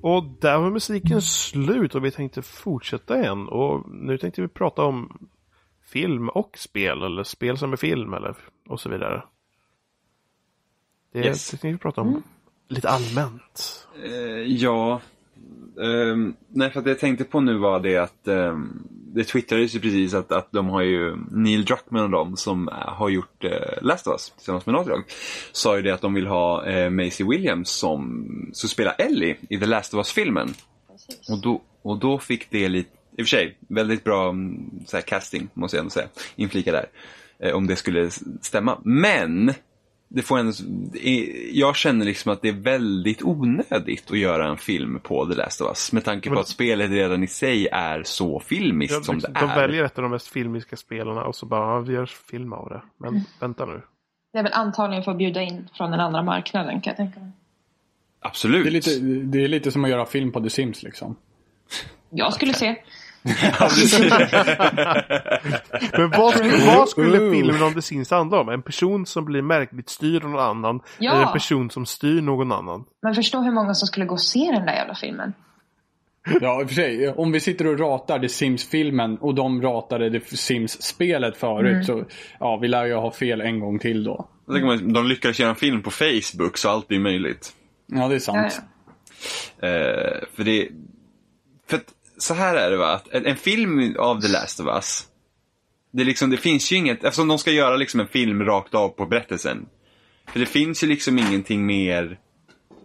Speaker 1: Och där var musiken slut och vi tänkte fortsätta igen. Och nu tänkte vi prata om film och spel eller spel som är film eller och så vidare. Det
Speaker 3: Yes. Mm.
Speaker 1: tänkte vi prata om lite allmänt.
Speaker 3: Eh, ja. Ehm, nej, för att det jag tänkte på nu var det att ehm, det twittrades ju precis att, att de har ju Neil Druckmann och de som eh, har gjort eh, Last of Us tillsammans med Naughty Dog sa ju det att de vill ha eh, Maisie Williams som ska spela Ellie i The Last of Us-filmen. Och då, och då fick det lite, i och för sig, väldigt bra mm, så här, casting måste jag ändå säga, inflika där. Eh, om det skulle s- stämma. Men! Det får ändå, i- jag känner liksom att det är väldigt onödigt att göra en film på The Last of Us. Med tanke på
Speaker 1: Men-
Speaker 3: att spelet redan i sig är så filmiskt som
Speaker 2: liksom,
Speaker 3: det
Speaker 1: de
Speaker 3: är.
Speaker 1: väljer ett av de mest filmiska spelarna och så bara, ja, vi gör film av det.
Speaker 3: Mm.
Speaker 1: Men vänta nu.
Speaker 4: Det är väl antagligen för att bjuda in från den andra marknaden kan jag tänka mig.
Speaker 3: Absolut.
Speaker 2: Det är, lite, det är lite som att göra film på The Sims liksom.
Speaker 4: Jag skulle se.
Speaker 1: Men vad
Speaker 3: Mm.
Speaker 1: skulle, vad skulle
Speaker 2: Ooh.
Speaker 1: filmen om det Sims handla om? En person som blir märkligt styrd av någon annan?
Speaker 4: Ja.
Speaker 1: Eller en person som styr någon annan?
Speaker 4: Men förstå hur många som skulle gå och se den där jävla filmen.
Speaker 2: Ja, i och för sig. Om vi sitter och ratar The Sims-filmen och de ratade The Sims-spelet förut
Speaker 4: Mm.
Speaker 2: så ja, vi lär ju ha fel en gång till då.
Speaker 3: Då tänker man, De lyckades göra en film på Facebook så allt är möjligt.
Speaker 2: Ja, det är sant.
Speaker 4: Ja, ja.
Speaker 3: Eh, för det... För att, så här är det va, att en, en film av The Last of Us, det, är liksom, det finns ju inget, eftersom de ska göra liksom en film rakt av på berättelsen. För det finns ju liksom ingenting mer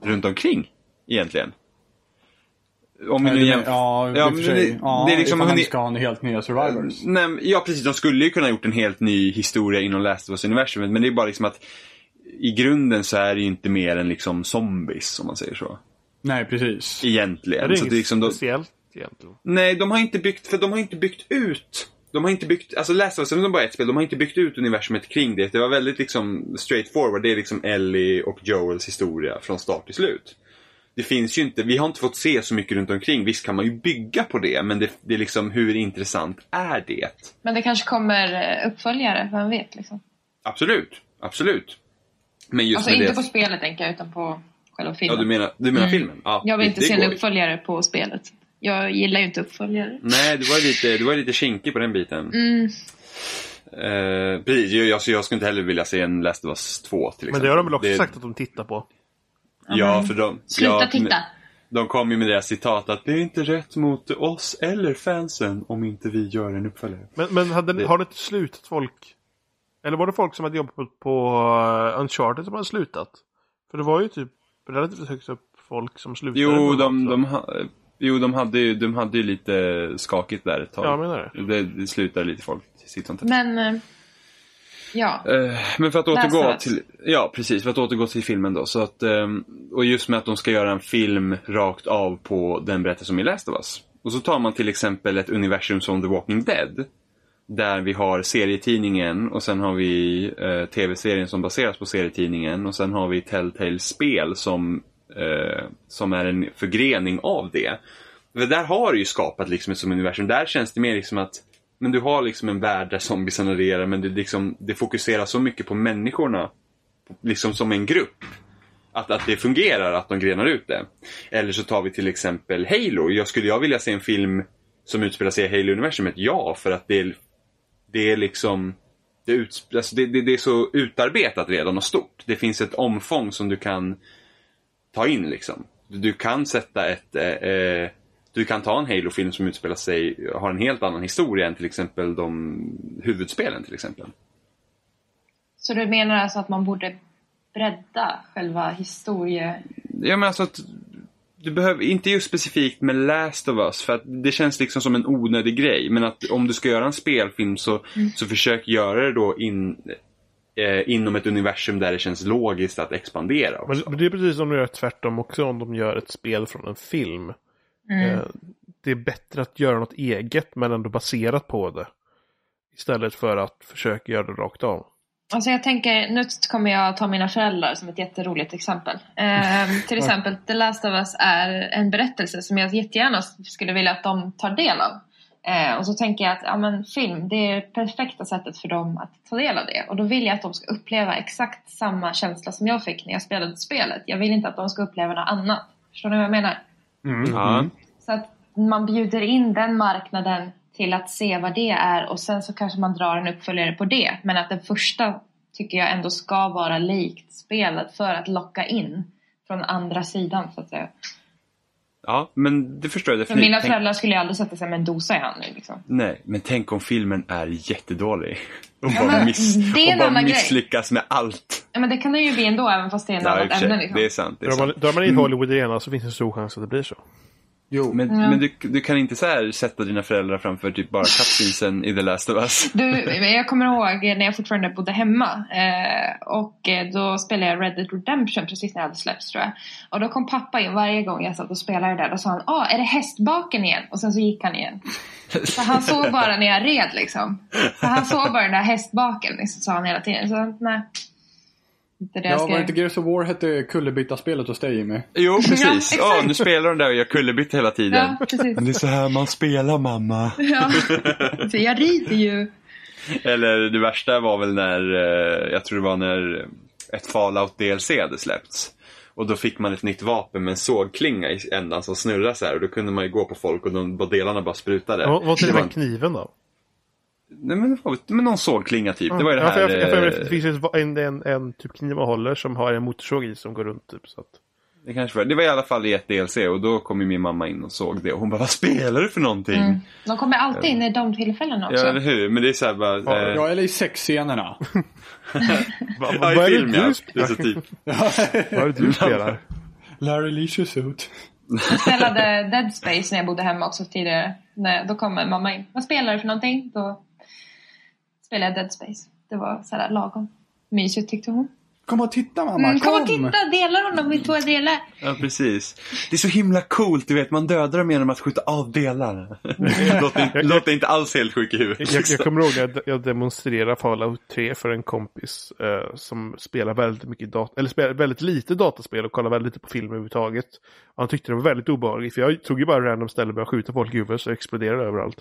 Speaker 3: runt omkring egentligen. Om vi
Speaker 2: Ja,
Speaker 3: nu
Speaker 2: det-
Speaker 3: jämför...
Speaker 2: ja, i och för
Speaker 3: men
Speaker 2: sig. Ja,
Speaker 3: det är liksom
Speaker 2: ifall
Speaker 3: hur
Speaker 2: de
Speaker 3: ni- Mm.
Speaker 2: ska ha en helt nya survivors.
Speaker 3: Nej, men- ja, precis. De skulle ju kunna gjort en helt ny historia inom Last of Us-universumet. Men det är bara liksom att i grunden så är det ju inte mer än liksom zombies, om man säger så.
Speaker 2: Nej, precis.
Speaker 3: Egentligen.
Speaker 1: Det är
Speaker 3: så
Speaker 1: inget
Speaker 3: det är liksom de,
Speaker 1: speciellt egentligen.
Speaker 3: nej, de har inte byggt, för de har inte byggt ut. De har inte byggt, alltså Last of Us, även om det bara är ett spel, de har inte byggt ut universumet kring det. Det var väldigt liksom straight forward. Det är liksom Ellie och Joels historia från start till slut. Det finns ju inte, vi har inte fått se så mycket runt omkring. Visst kan man ju bygga på det, men det, det är liksom hur intressant är det?
Speaker 4: Men det kanske kommer eh, uppföljare, vem vet liksom.
Speaker 3: Absolut, absolut. Men just
Speaker 4: Alltså
Speaker 3: med
Speaker 4: inte
Speaker 3: det...
Speaker 4: på spelet tänker jag, utan på själva
Speaker 3: ja,
Speaker 4: filmen.
Speaker 3: du menar, du menar
Speaker 4: Mm.
Speaker 3: filmen? Ja,
Speaker 4: Jag vill
Speaker 3: det-
Speaker 4: inte
Speaker 3: det
Speaker 4: se
Speaker 3: går
Speaker 4: en
Speaker 3: ju.
Speaker 4: uppföljare på spelet. Jag gillar ju inte uppföljare.
Speaker 3: Nej, du var ju lite, du var ju lite kinkig på den biten.
Speaker 4: Mm.
Speaker 3: Eh, precis, jag, jag, så jag skulle inte heller vilja se en Last of Us 2 till exempel.
Speaker 1: Men det har de väl också sagt att de tittar på.
Speaker 3: Ja, för de...
Speaker 4: Mm. Sluta
Speaker 3: ja,
Speaker 4: titta!
Speaker 3: De kom ju med deras citat att det är inte rätt mot oss eller fansen om inte vi gör en uppföljare.
Speaker 1: Men, men hade,
Speaker 3: Det-
Speaker 1: har det inte slutat folk? Eller var det folk som hade jobbat på, på eh, Uncharted som hade slutat? För det var ju typ relativt högt upp folk som slutade.
Speaker 3: Jo,
Speaker 1: med
Speaker 3: de,
Speaker 1: också.
Speaker 3: de, ha- jo de, hade ju, de hade ju lite skakigt där ett tag.
Speaker 1: Ja, jag menar det.
Speaker 3: det, det slutade lite folk sitt sånt här.
Speaker 4: Men, eh, ja.
Speaker 3: Eh, Men för att
Speaker 4: Last
Speaker 3: återgå
Speaker 4: of Us.
Speaker 3: till, ja, precis, för att återgå till filmen då. Så att, ehm, och just med att de ska göra en film rakt av på den berättelse som är Last of Us. Och så tar man till exempel ett universum som The Walking Dead. Där vi har serietidningen och sen har vi eh, tv-serien som baseras på serietidningen och sen har vi Telltales spel som, eh, som är en förgrening av det. För där har du ju skapat liksom ett som universum. Där känns det mer liksom att men du har liksom en värld där zombiesarna regerar men det, liksom, det fokuserar så mycket på människorna liksom som en grupp. Att, att det fungerar, att de grenar ut det. Eller så tar vi till exempel Halo. Jag skulle jag vilja se en film som utspelar sig i Halo-universumet? Ja, för att det är, det är liksom det, utsp- alltså det, det, det är så utarbetat redan och stort. Det finns ett omfång som du kan ta in liksom. Du, du kan sätta ett eh, eh, du kan ta en Halo-film som utspelar sig, har en helt annan historia än till exempel de huvudspelen till exempel.
Speaker 4: Så du menar alltså att man borde bredda själva historie...
Speaker 3: Ja men alltså att du behöver, inte just specifikt med Last of Us, för att det känns liksom som en onödig grej. Men att om du ska göra en spelfilm så,
Speaker 4: Mm.
Speaker 3: så försök göra det då in, eh, inom ett universum där det känns logiskt att expandera.
Speaker 1: Men
Speaker 3: Också.
Speaker 1: men det är precis som de gör tvärtom också om de gör ett spel från en film.
Speaker 4: Mm.
Speaker 1: Eh, Det är bättre att göra något eget men ändå baserat på det. Istället för att försöka göra det rakt av.
Speaker 4: Alltså jag tänker, nu kommer jag ta mina föräldrar som ett jätteroligt exempel. Ehm, till exempel The Last of Us är en berättelse som jag jättegärna skulle vilja att de tar del av. Eh, och så tänker jag att ja, men film, det är det perfekta sättet för dem att ta del av det. Och då vill jag att de ska uppleva exakt samma känsla som jag fick när jag spelade spelet. Jag vill inte att de ska uppleva något annat. Förstår ni vad jag menar?
Speaker 3: Ja.
Speaker 4: Så att man bjuder in den marknaden till att se vad det är och sen så kanske man drar en uppföljare på det. Men att den första tycker jag ändå ska vara likt spelet för att locka in från andra sidan så att säga.
Speaker 3: ja, men det förstår jag
Speaker 4: För mina
Speaker 3: definitivt. Tänk,
Speaker 4: föräldrar skulle ju aldrig sätta sig med en dosa i handen liksom.
Speaker 3: nej, men tänk om filmen är jättedålig. Och
Speaker 4: Ja,
Speaker 3: bara,
Speaker 4: men
Speaker 3: miss,
Speaker 4: det är en
Speaker 3: och bara
Speaker 4: annan grej.
Speaker 3: misslyckas med allt.
Speaker 4: Ja, men det kan det ju bli ändå även fast det är ett
Speaker 3: Ja, i och för
Speaker 4: annat ämne
Speaker 3: sig.
Speaker 4: liksom.
Speaker 3: Det är sant. Det är
Speaker 1: Drar
Speaker 3: sant.
Speaker 1: man, drar man in Hollywood i ena så finns det en stor chans att det blir så.
Speaker 2: Jo.
Speaker 3: Men,
Speaker 4: Ja.
Speaker 3: men du, du kan inte så här sätta dina föräldrar framför typ bara cutscenesen i The Last of Us.
Speaker 4: Du, jag kommer ihåg när jag fortfarande bodde hemma eh, och eh, då spelade jag Red Dead Redemption precis när jag hade släppts tror jag. Och då kom pappa in varje gång jag satt och spelade där och sa han ah, är det hästbaken igen? Och sen så gick han igen. Så han såg bara när jag red liksom. Så han såg bara den där hästbaken liksom, sa han hela tiden. Så nej. Inte det jag
Speaker 2: Ja,
Speaker 4: ska
Speaker 2: var det inte
Speaker 4: göra.
Speaker 2: Gears of War hette kullerbytta-spelet hos dig Jimmy?
Speaker 3: Jo, precis.
Speaker 4: Ja,
Speaker 3: Åh,
Speaker 4: exakt.
Speaker 3: nu spelar de där och gör kullerbytta hela tiden.
Speaker 4: Ja, precis.
Speaker 3: Det är så här man spelar mamma.
Speaker 4: Ja. Så jag rider ju.
Speaker 3: Eller det värsta var väl när, eh, jag tror det var när ett Fallout DLC hade släppts. Och då fick man ett nytt vapen med en sågklinga i ändan som snurrar så här. Och då kunde man ju gå på folk och de, och delarna bara sprutade.
Speaker 1: Vad vad
Speaker 3: det
Speaker 1: till
Speaker 3: var,
Speaker 1: och med kniven då?
Speaker 3: nej, men, det var, men någon sågklinga typ. Det var ju det
Speaker 1: Ja, för
Speaker 3: här.
Speaker 1: jag, jag, för jag, det
Speaker 3: eh,
Speaker 1: finns ett va- en, en, en typ kniv man håller som har en motorsåg i som går runt typ. Så att...
Speaker 3: Det kanske var, det var i alla fall i ett DLC och då kom ju min mamma in och såg det och hon bara, vad spelar du för någonting?
Speaker 4: Mm. De kommer alltid in i de tillfällena också.
Speaker 3: Ja, eller hur? Men det är såhär bara... eh,
Speaker 2: Ja, eller i sexscenerna.
Speaker 1: Va-
Speaker 3: ja,
Speaker 1: vad är
Speaker 3: i
Speaker 1: det
Speaker 3: film
Speaker 1: du
Speaker 3: ja. Det
Speaker 1: spelar?
Speaker 3: är så typ.
Speaker 1: Vad är det du spelar?
Speaker 2: Larry Leisure Suit.
Speaker 4: Jag spelade Dead Space när jag bodde hemma också tidigare. Nej, då kom mamma in. Vad spelar du för någonting? Då spelade jag Dead Space. Det var sådär lagom. Mysigt tyckte hon.
Speaker 2: Kom och titta mamma,
Speaker 4: Mm, kom och titta, delar honom i två delar.
Speaker 3: Ja, precis. Det är så himla coolt, du vet. Man dödar dem genom att skjuta av delar. låter, inte, låter inte alls helt sjuk i huvudet.
Speaker 1: Jag, jag kommer ihåg när jag de- jag demonstrerade Fallout 3 för en kompis eh, som spelar väldigt mycket dat- eller spelar väldigt lite dataspel och kollar väldigt lite på film överhuvudtaget. Och han tyckte det var väldigt obehagligt för jag tog ju bara random ställen och började skjuta folk i huvudet så exploderade det överallt.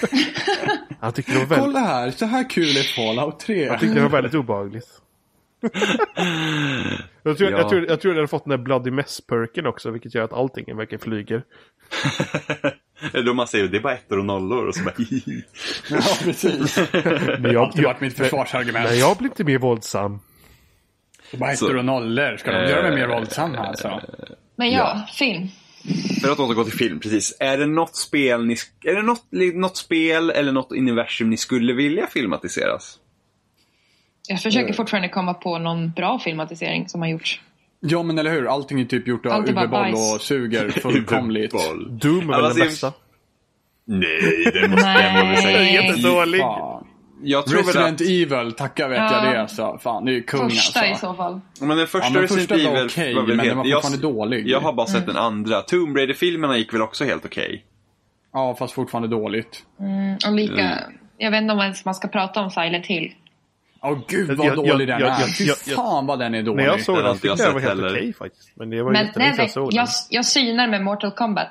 Speaker 1: han tyckte det var väldigt,
Speaker 2: Kolla här, så här kul är Fallout 3.
Speaker 1: tyckte det var väldigt obehagligt. Jag tror, jag,
Speaker 3: Ja.
Speaker 1: tror, jag tror jag hade fått den där Bloody Mess-perken också, vilket gör att allting verkligen flyger.
Speaker 3: Då man säger det är bara ettor och nollor och så bara hihi.
Speaker 2: Ja, precis.
Speaker 1: Men jag,
Speaker 2: Det
Speaker 1: jag,
Speaker 2: var mitt försvarsargument.
Speaker 1: nej, jag blir inte mer våldsam.
Speaker 2: Det var ettor och nollor. Ska
Speaker 1: Eh,
Speaker 2: de göra mig mer våldsam alltså?
Speaker 4: Men ja, film.
Speaker 3: För att återgå till film, precis. Är det något spel, ni, sk- är det något, li- något spel eller något universum ni skulle vilja filmatiseras?
Speaker 4: Jag försöker fortfarande komma på någon bra filmatisering som har gjorts.
Speaker 2: Ja, men eller hur? Allting är typ gjort av
Speaker 4: Allt är bara
Speaker 2: UV-boll
Speaker 4: bajs.
Speaker 2: och suger fullkomligt.
Speaker 3: Boll.
Speaker 1: Doom är
Speaker 3: Alla
Speaker 1: väl
Speaker 3: ser-
Speaker 1: den bästa.
Speaker 3: Nej, det måste jag ändå säga.
Speaker 4: Nej.
Speaker 1: Jättedålig.
Speaker 2: Fan.
Speaker 3: Jag tror väl att...
Speaker 2: Resident Evil, tacka vet jag det alltså. Fan, det är ju kung
Speaker 4: Första i
Speaker 2: alltså.
Speaker 4: så fall.
Speaker 3: Ja, Men den första
Speaker 2: Ja, men
Speaker 3: Resident
Speaker 2: första var
Speaker 3: Evil
Speaker 2: okej,
Speaker 3: var väl
Speaker 2: men den
Speaker 3: helt-
Speaker 2: var
Speaker 3: jag-
Speaker 2: fortfarande dålig.
Speaker 3: Jag har bara sett den andra. Tomb Raider-filmerna gick väl också helt okej?
Speaker 2: Ja, fast fortfarande dåligt.
Speaker 4: Mm, och lika... Jag vet inte om ens man ska prata om Silent Hill.
Speaker 2: Åh gud
Speaker 1: Jag-
Speaker 2: vad
Speaker 1: jag-
Speaker 2: dålig den
Speaker 1: jag-
Speaker 2: är.
Speaker 1: jag-
Speaker 2: Fy
Speaker 1: jag- jag-
Speaker 2: fan vad den är dålig.
Speaker 1: När jag såg
Speaker 3: Den har
Speaker 1: den
Speaker 3: inte jag
Speaker 1: tyckte jag det var
Speaker 3: sett
Speaker 1: helt
Speaker 3: heller.
Speaker 1: okej faktiskt. Men det var
Speaker 4: Men
Speaker 1: jättelänge
Speaker 4: nej,
Speaker 1: sedan jag
Speaker 4: nej,
Speaker 1: såg
Speaker 4: jag,
Speaker 1: den.
Speaker 4: jag synar med Mortal Kombat.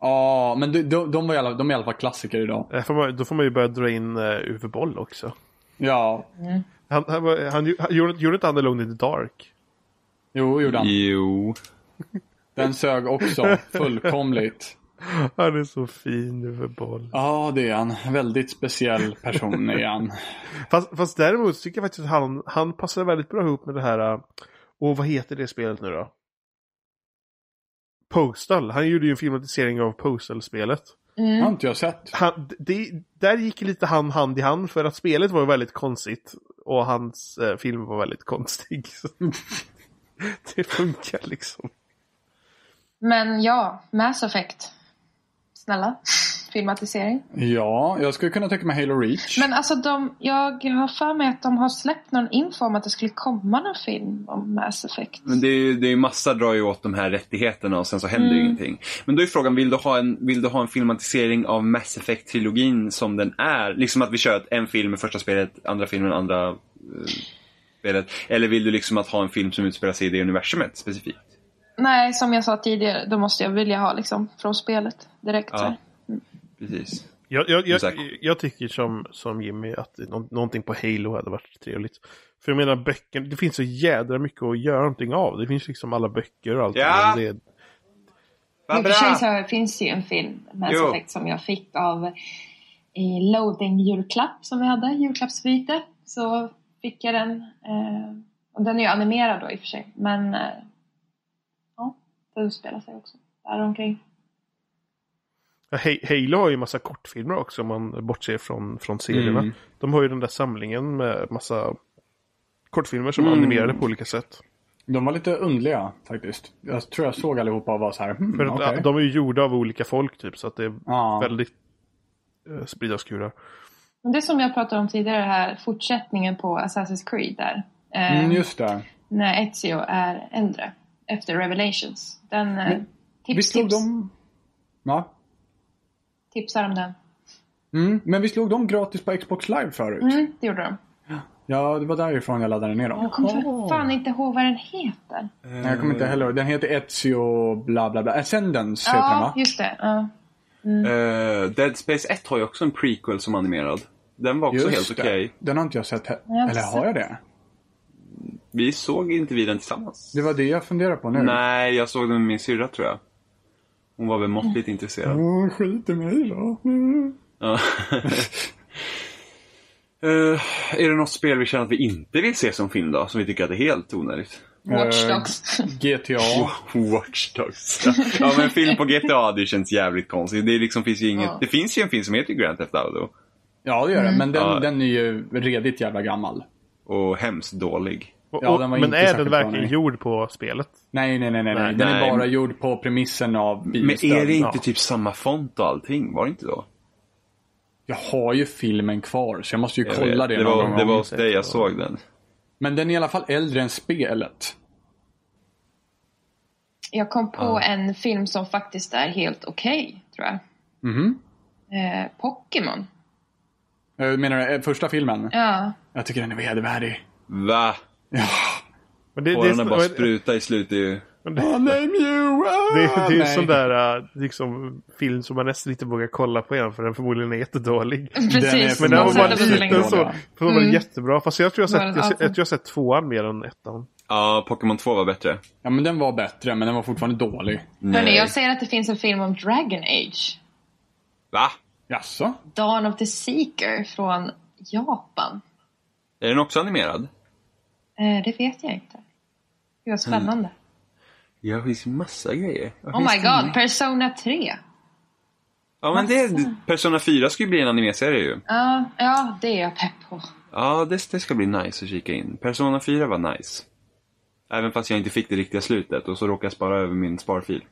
Speaker 2: Ja, men de, de, de, var i alla, de är i alla fall klassiker idag.
Speaker 1: Där Eh, Får man, då får man ju börja dra in uh, Uwe Boll också.
Speaker 2: Ja,
Speaker 1: Han, han, var- han, han, han gjorde, gjorde inte han Alone in the Dark?
Speaker 2: jo gjorde han.
Speaker 3: Jo.
Speaker 2: Den sög också fullkomligt.
Speaker 1: Han är så fin Uwe Boll.
Speaker 2: Ja, det är han. Väldigt speciell person är
Speaker 4: Mm.
Speaker 2: han.
Speaker 1: Fast, fast däremot tycker jag faktiskt att han, han passar väldigt bra ihop med det här. eh, Och vad heter det spelet nu då? Postal. Han gjorde ju en filmatisering av Postal-spelet.
Speaker 4: Mm.
Speaker 2: har inte jag sett.
Speaker 1: han, d- det, där gick lite han hand i hand för att spelet var ju väldigt konstigt och hans eh, film var väldigt konstig. Så. det funkar liksom.
Speaker 4: Men ja, Mass Effect. Snälla, filmatisering.
Speaker 2: Ja, jag skulle kunna tänka mig Halo Reach.
Speaker 4: Men alltså de, jag har för mig att de har släppt någon info om att det skulle komma någon film om Mass Effect.
Speaker 3: Men det är ju det är ju massa drar ju åt de här rättigheterna och sen så händer ju ingenting. Men då är frågan, vill du, ha en, vill du ha en filmatisering av Mass Effect-trilogin som den är? Liksom att vi kör att en film är första spelet, andra filmen, andra eh, spelet. Eller vill du liksom att ha en film som utspelar sig i det universumet specifikt?
Speaker 4: Nej, som jag sa tidigare, då måste jag vilja ha liksom från spelet direkt.
Speaker 3: Ja.
Speaker 4: så här.
Speaker 3: Precis.
Speaker 1: Jag, jag, jag,
Speaker 3: Exakt.
Speaker 1: jag tycker som, som Jimmy att nå- någonting på Halo hade varit trevligt. För jag menar böcker, det finns så jädra mycket att göra någonting av. Det finns liksom alla böcker och allt.
Speaker 3: Ja.
Speaker 1: Men Det,
Speaker 4: I och för
Speaker 3: Barbara!
Speaker 4: sig så finns det ju en film, Mass
Speaker 3: Jo.
Speaker 4: Effect, som jag fick av eh, Loading-julklapp som vi hade, julklappsbyte. Så fick jag den. Eh, och den är ju animerad då i och för sig, men eh, ja, den utspelar sig också däromkring.
Speaker 1: Ja, Ha- Halo har ju massa kortfilmer också om man bortser från, från serierna.
Speaker 2: Mm.
Speaker 1: De har ju den där samlingen med massa kortfilmer som är
Speaker 3: Mm.
Speaker 1: animerade på olika sätt.
Speaker 2: De var lite underliga faktiskt. Jag tror jag såg allihopa och var så här,
Speaker 1: För
Speaker 2: hmm,
Speaker 1: att,
Speaker 2: okej.
Speaker 1: ja, De är ju gjorda av olika folk typ så att det är
Speaker 2: Ja.
Speaker 1: väldigt eh, spridda skurar.
Speaker 4: Men det som jag pratade om tidigare här, fortsättningen på Assassin's Creed där. Eh,
Speaker 2: Mm, just det.
Speaker 4: när Ezio är äldre, efter Revelations. Den eh,
Speaker 2: Men
Speaker 4: tips,
Speaker 2: Visst slog
Speaker 4: tips,
Speaker 2: de... Ja.
Speaker 4: tipsar om den.
Speaker 2: Mm. Men vi slog de gratis på Xbox live förut?
Speaker 4: Mm, det gjorde de.
Speaker 2: Ja, det var därifrån jag laddade ner dem.
Speaker 4: Jag kommer för fan inte ihåg vad den heter.
Speaker 2: Nej, Eh, jag kommer inte heller ihåg. Den heter Ezio bla bla bla. Ascendance heter den
Speaker 4: Ja,
Speaker 2: va?
Speaker 4: just det. Ja.
Speaker 3: Eh, Dead Space 1 har ju också en prequel som animerad. Den var också helt
Speaker 2: det.
Speaker 3: okej.
Speaker 2: Den har inte jag sett. he-
Speaker 4: Jag har inte
Speaker 2: Eller har jag det?
Speaker 3: Vi såg inte vi den tillsammans.
Speaker 2: Det var det jag funderade på nu.
Speaker 3: Nej, jag såg den med min syrra tror jag. Hon var väl måttligt intresserad.
Speaker 2: Åh, skit i mig då. Mm.
Speaker 3: Ja. Eh, är det något spel vi känner att vi inte vill se som film då? Som vi tycker att det är helt onödigt?
Speaker 4: Watch
Speaker 2: Eh,
Speaker 4: Dogs.
Speaker 2: GTA.
Speaker 3: Watch Dogs. ja, men film på GTA, det känns jävligt konstigt. Det, är liksom, finns ju inget,
Speaker 4: Ja.
Speaker 3: det finns ju en film som heter Grand Theft Auto.
Speaker 2: Ja, det gör det.
Speaker 4: Mm.
Speaker 2: Men den,
Speaker 3: Ja.
Speaker 2: den är ju redigt jävla gammal.
Speaker 3: Och hemskt dålig.
Speaker 1: Och,
Speaker 2: Ja,
Speaker 1: och-
Speaker 2: den var
Speaker 1: men
Speaker 2: inte
Speaker 1: är
Speaker 2: särskilt
Speaker 1: den
Speaker 2: bra,
Speaker 1: verkligen
Speaker 2: nej.
Speaker 1: gjord på spelet?
Speaker 2: Nej, nej, nej, nej. nej.
Speaker 1: Nej.
Speaker 2: Den är
Speaker 3: Nej.
Speaker 2: bara gjord på premissen av
Speaker 3: Men är
Speaker 2: bilstöld.
Speaker 3: det
Speaker 1: ja.
Speaker 3: inte typ samma font och allting? Var det inte då?
Speaker 2: Jag har ju filmen kvar, så jag måste ju
Speaker 3: Jag
Speaker 2: kolla
Speaker 3: vet.
Speaker 2: det,
Speaker 3: det
Speaker 2: någon
Speaker 3: var,
Speaker 2: gång.
Speaker 3: det var
Speaker 1: om
Speaker 3: hos
Speaker 1: inte.
Speaker 3: dig jag såg den.
Speaker 2: Men den är i alla fall äldre än spelet.
Speaker 4: Jag kom på en film som faktiskt är helt okej, tror jag.
Speaker 2: Mhm.
Speaker 4: Eh, Pokémon.
Speaker 2: Eh, Menar du eh, första filmen?
Speaker 4: Ja.
Speaker 2: Jag tycker den är vedervärdig.
Speaker 3: Va?
Speaker 1: Men det, det,
Speaker 3: Hårarna bara
Speaker 1: det,
Speaker 3: sprutar i slutet ju.
Speaker 1: men
Speaker 2: Åh,
Speaker 1: det,
Speaker 2: nej, Mew! Ah,
Speaker 1: det, det är ju
Speaker 2: nej.
Speaker 1: sån där eh, liksom, film som man nästan inte vågar kolla på igen för den förmodligen är jättedålig.
Speaker 4: Mm. Precis.
Speaker 1: Men
Speaker 2: Den
Speaker 1: den
Speaker 2: har
Speaker 1: var
Speaker 4: Man
Speaker 2: sett
Speaker 1: bara
Speaker 4: satt den så
Speaker 1: liten
Speaker 4: länge. Mm.
Speaker 1: så.
Speaker 2: Ja.
Speaker 1: För den var jättebra. Fast jag tror jag
Speaker 4: Var
Speaker 1: har
Speaker 4: den
Speaker 1: sett, jag,
Speaker 4: awesome?
Speaker 1: jag tror jag har sett tvåan mer än ettan.
Speaker 3: Ja, Pokémon 2 var bättre.
Speaker 2: Ja, men den var bättre, men den var fortfarande dålig.
Speaker 4: Hörrni, jag säger att det finns en film om Dragon Age.
Speaker 3: Va?
Speaker 2: Jaså?
Speaker 4: Dawn of the Seeker från Japan.
Speaker 3: Är den också animerad?
Speaker 4: Eh, det vet jag inte. Det var spännande.
Speaker 3: Ja, det finns ju massa grejer.
Speaker 4: Oh my god, Persona 3.
Speaker 3: Ja, men det, Persona 4 ska ju bli en animeserie ju.
Speaker 4: Ja, ja, det är jag pepp på.
Speaker 3: Ja, det, det ska bli nice att kika in. Persona 4 var nice. Även fast jag inte fick det riktiga slutet och så råkade jag spara över min sparfil.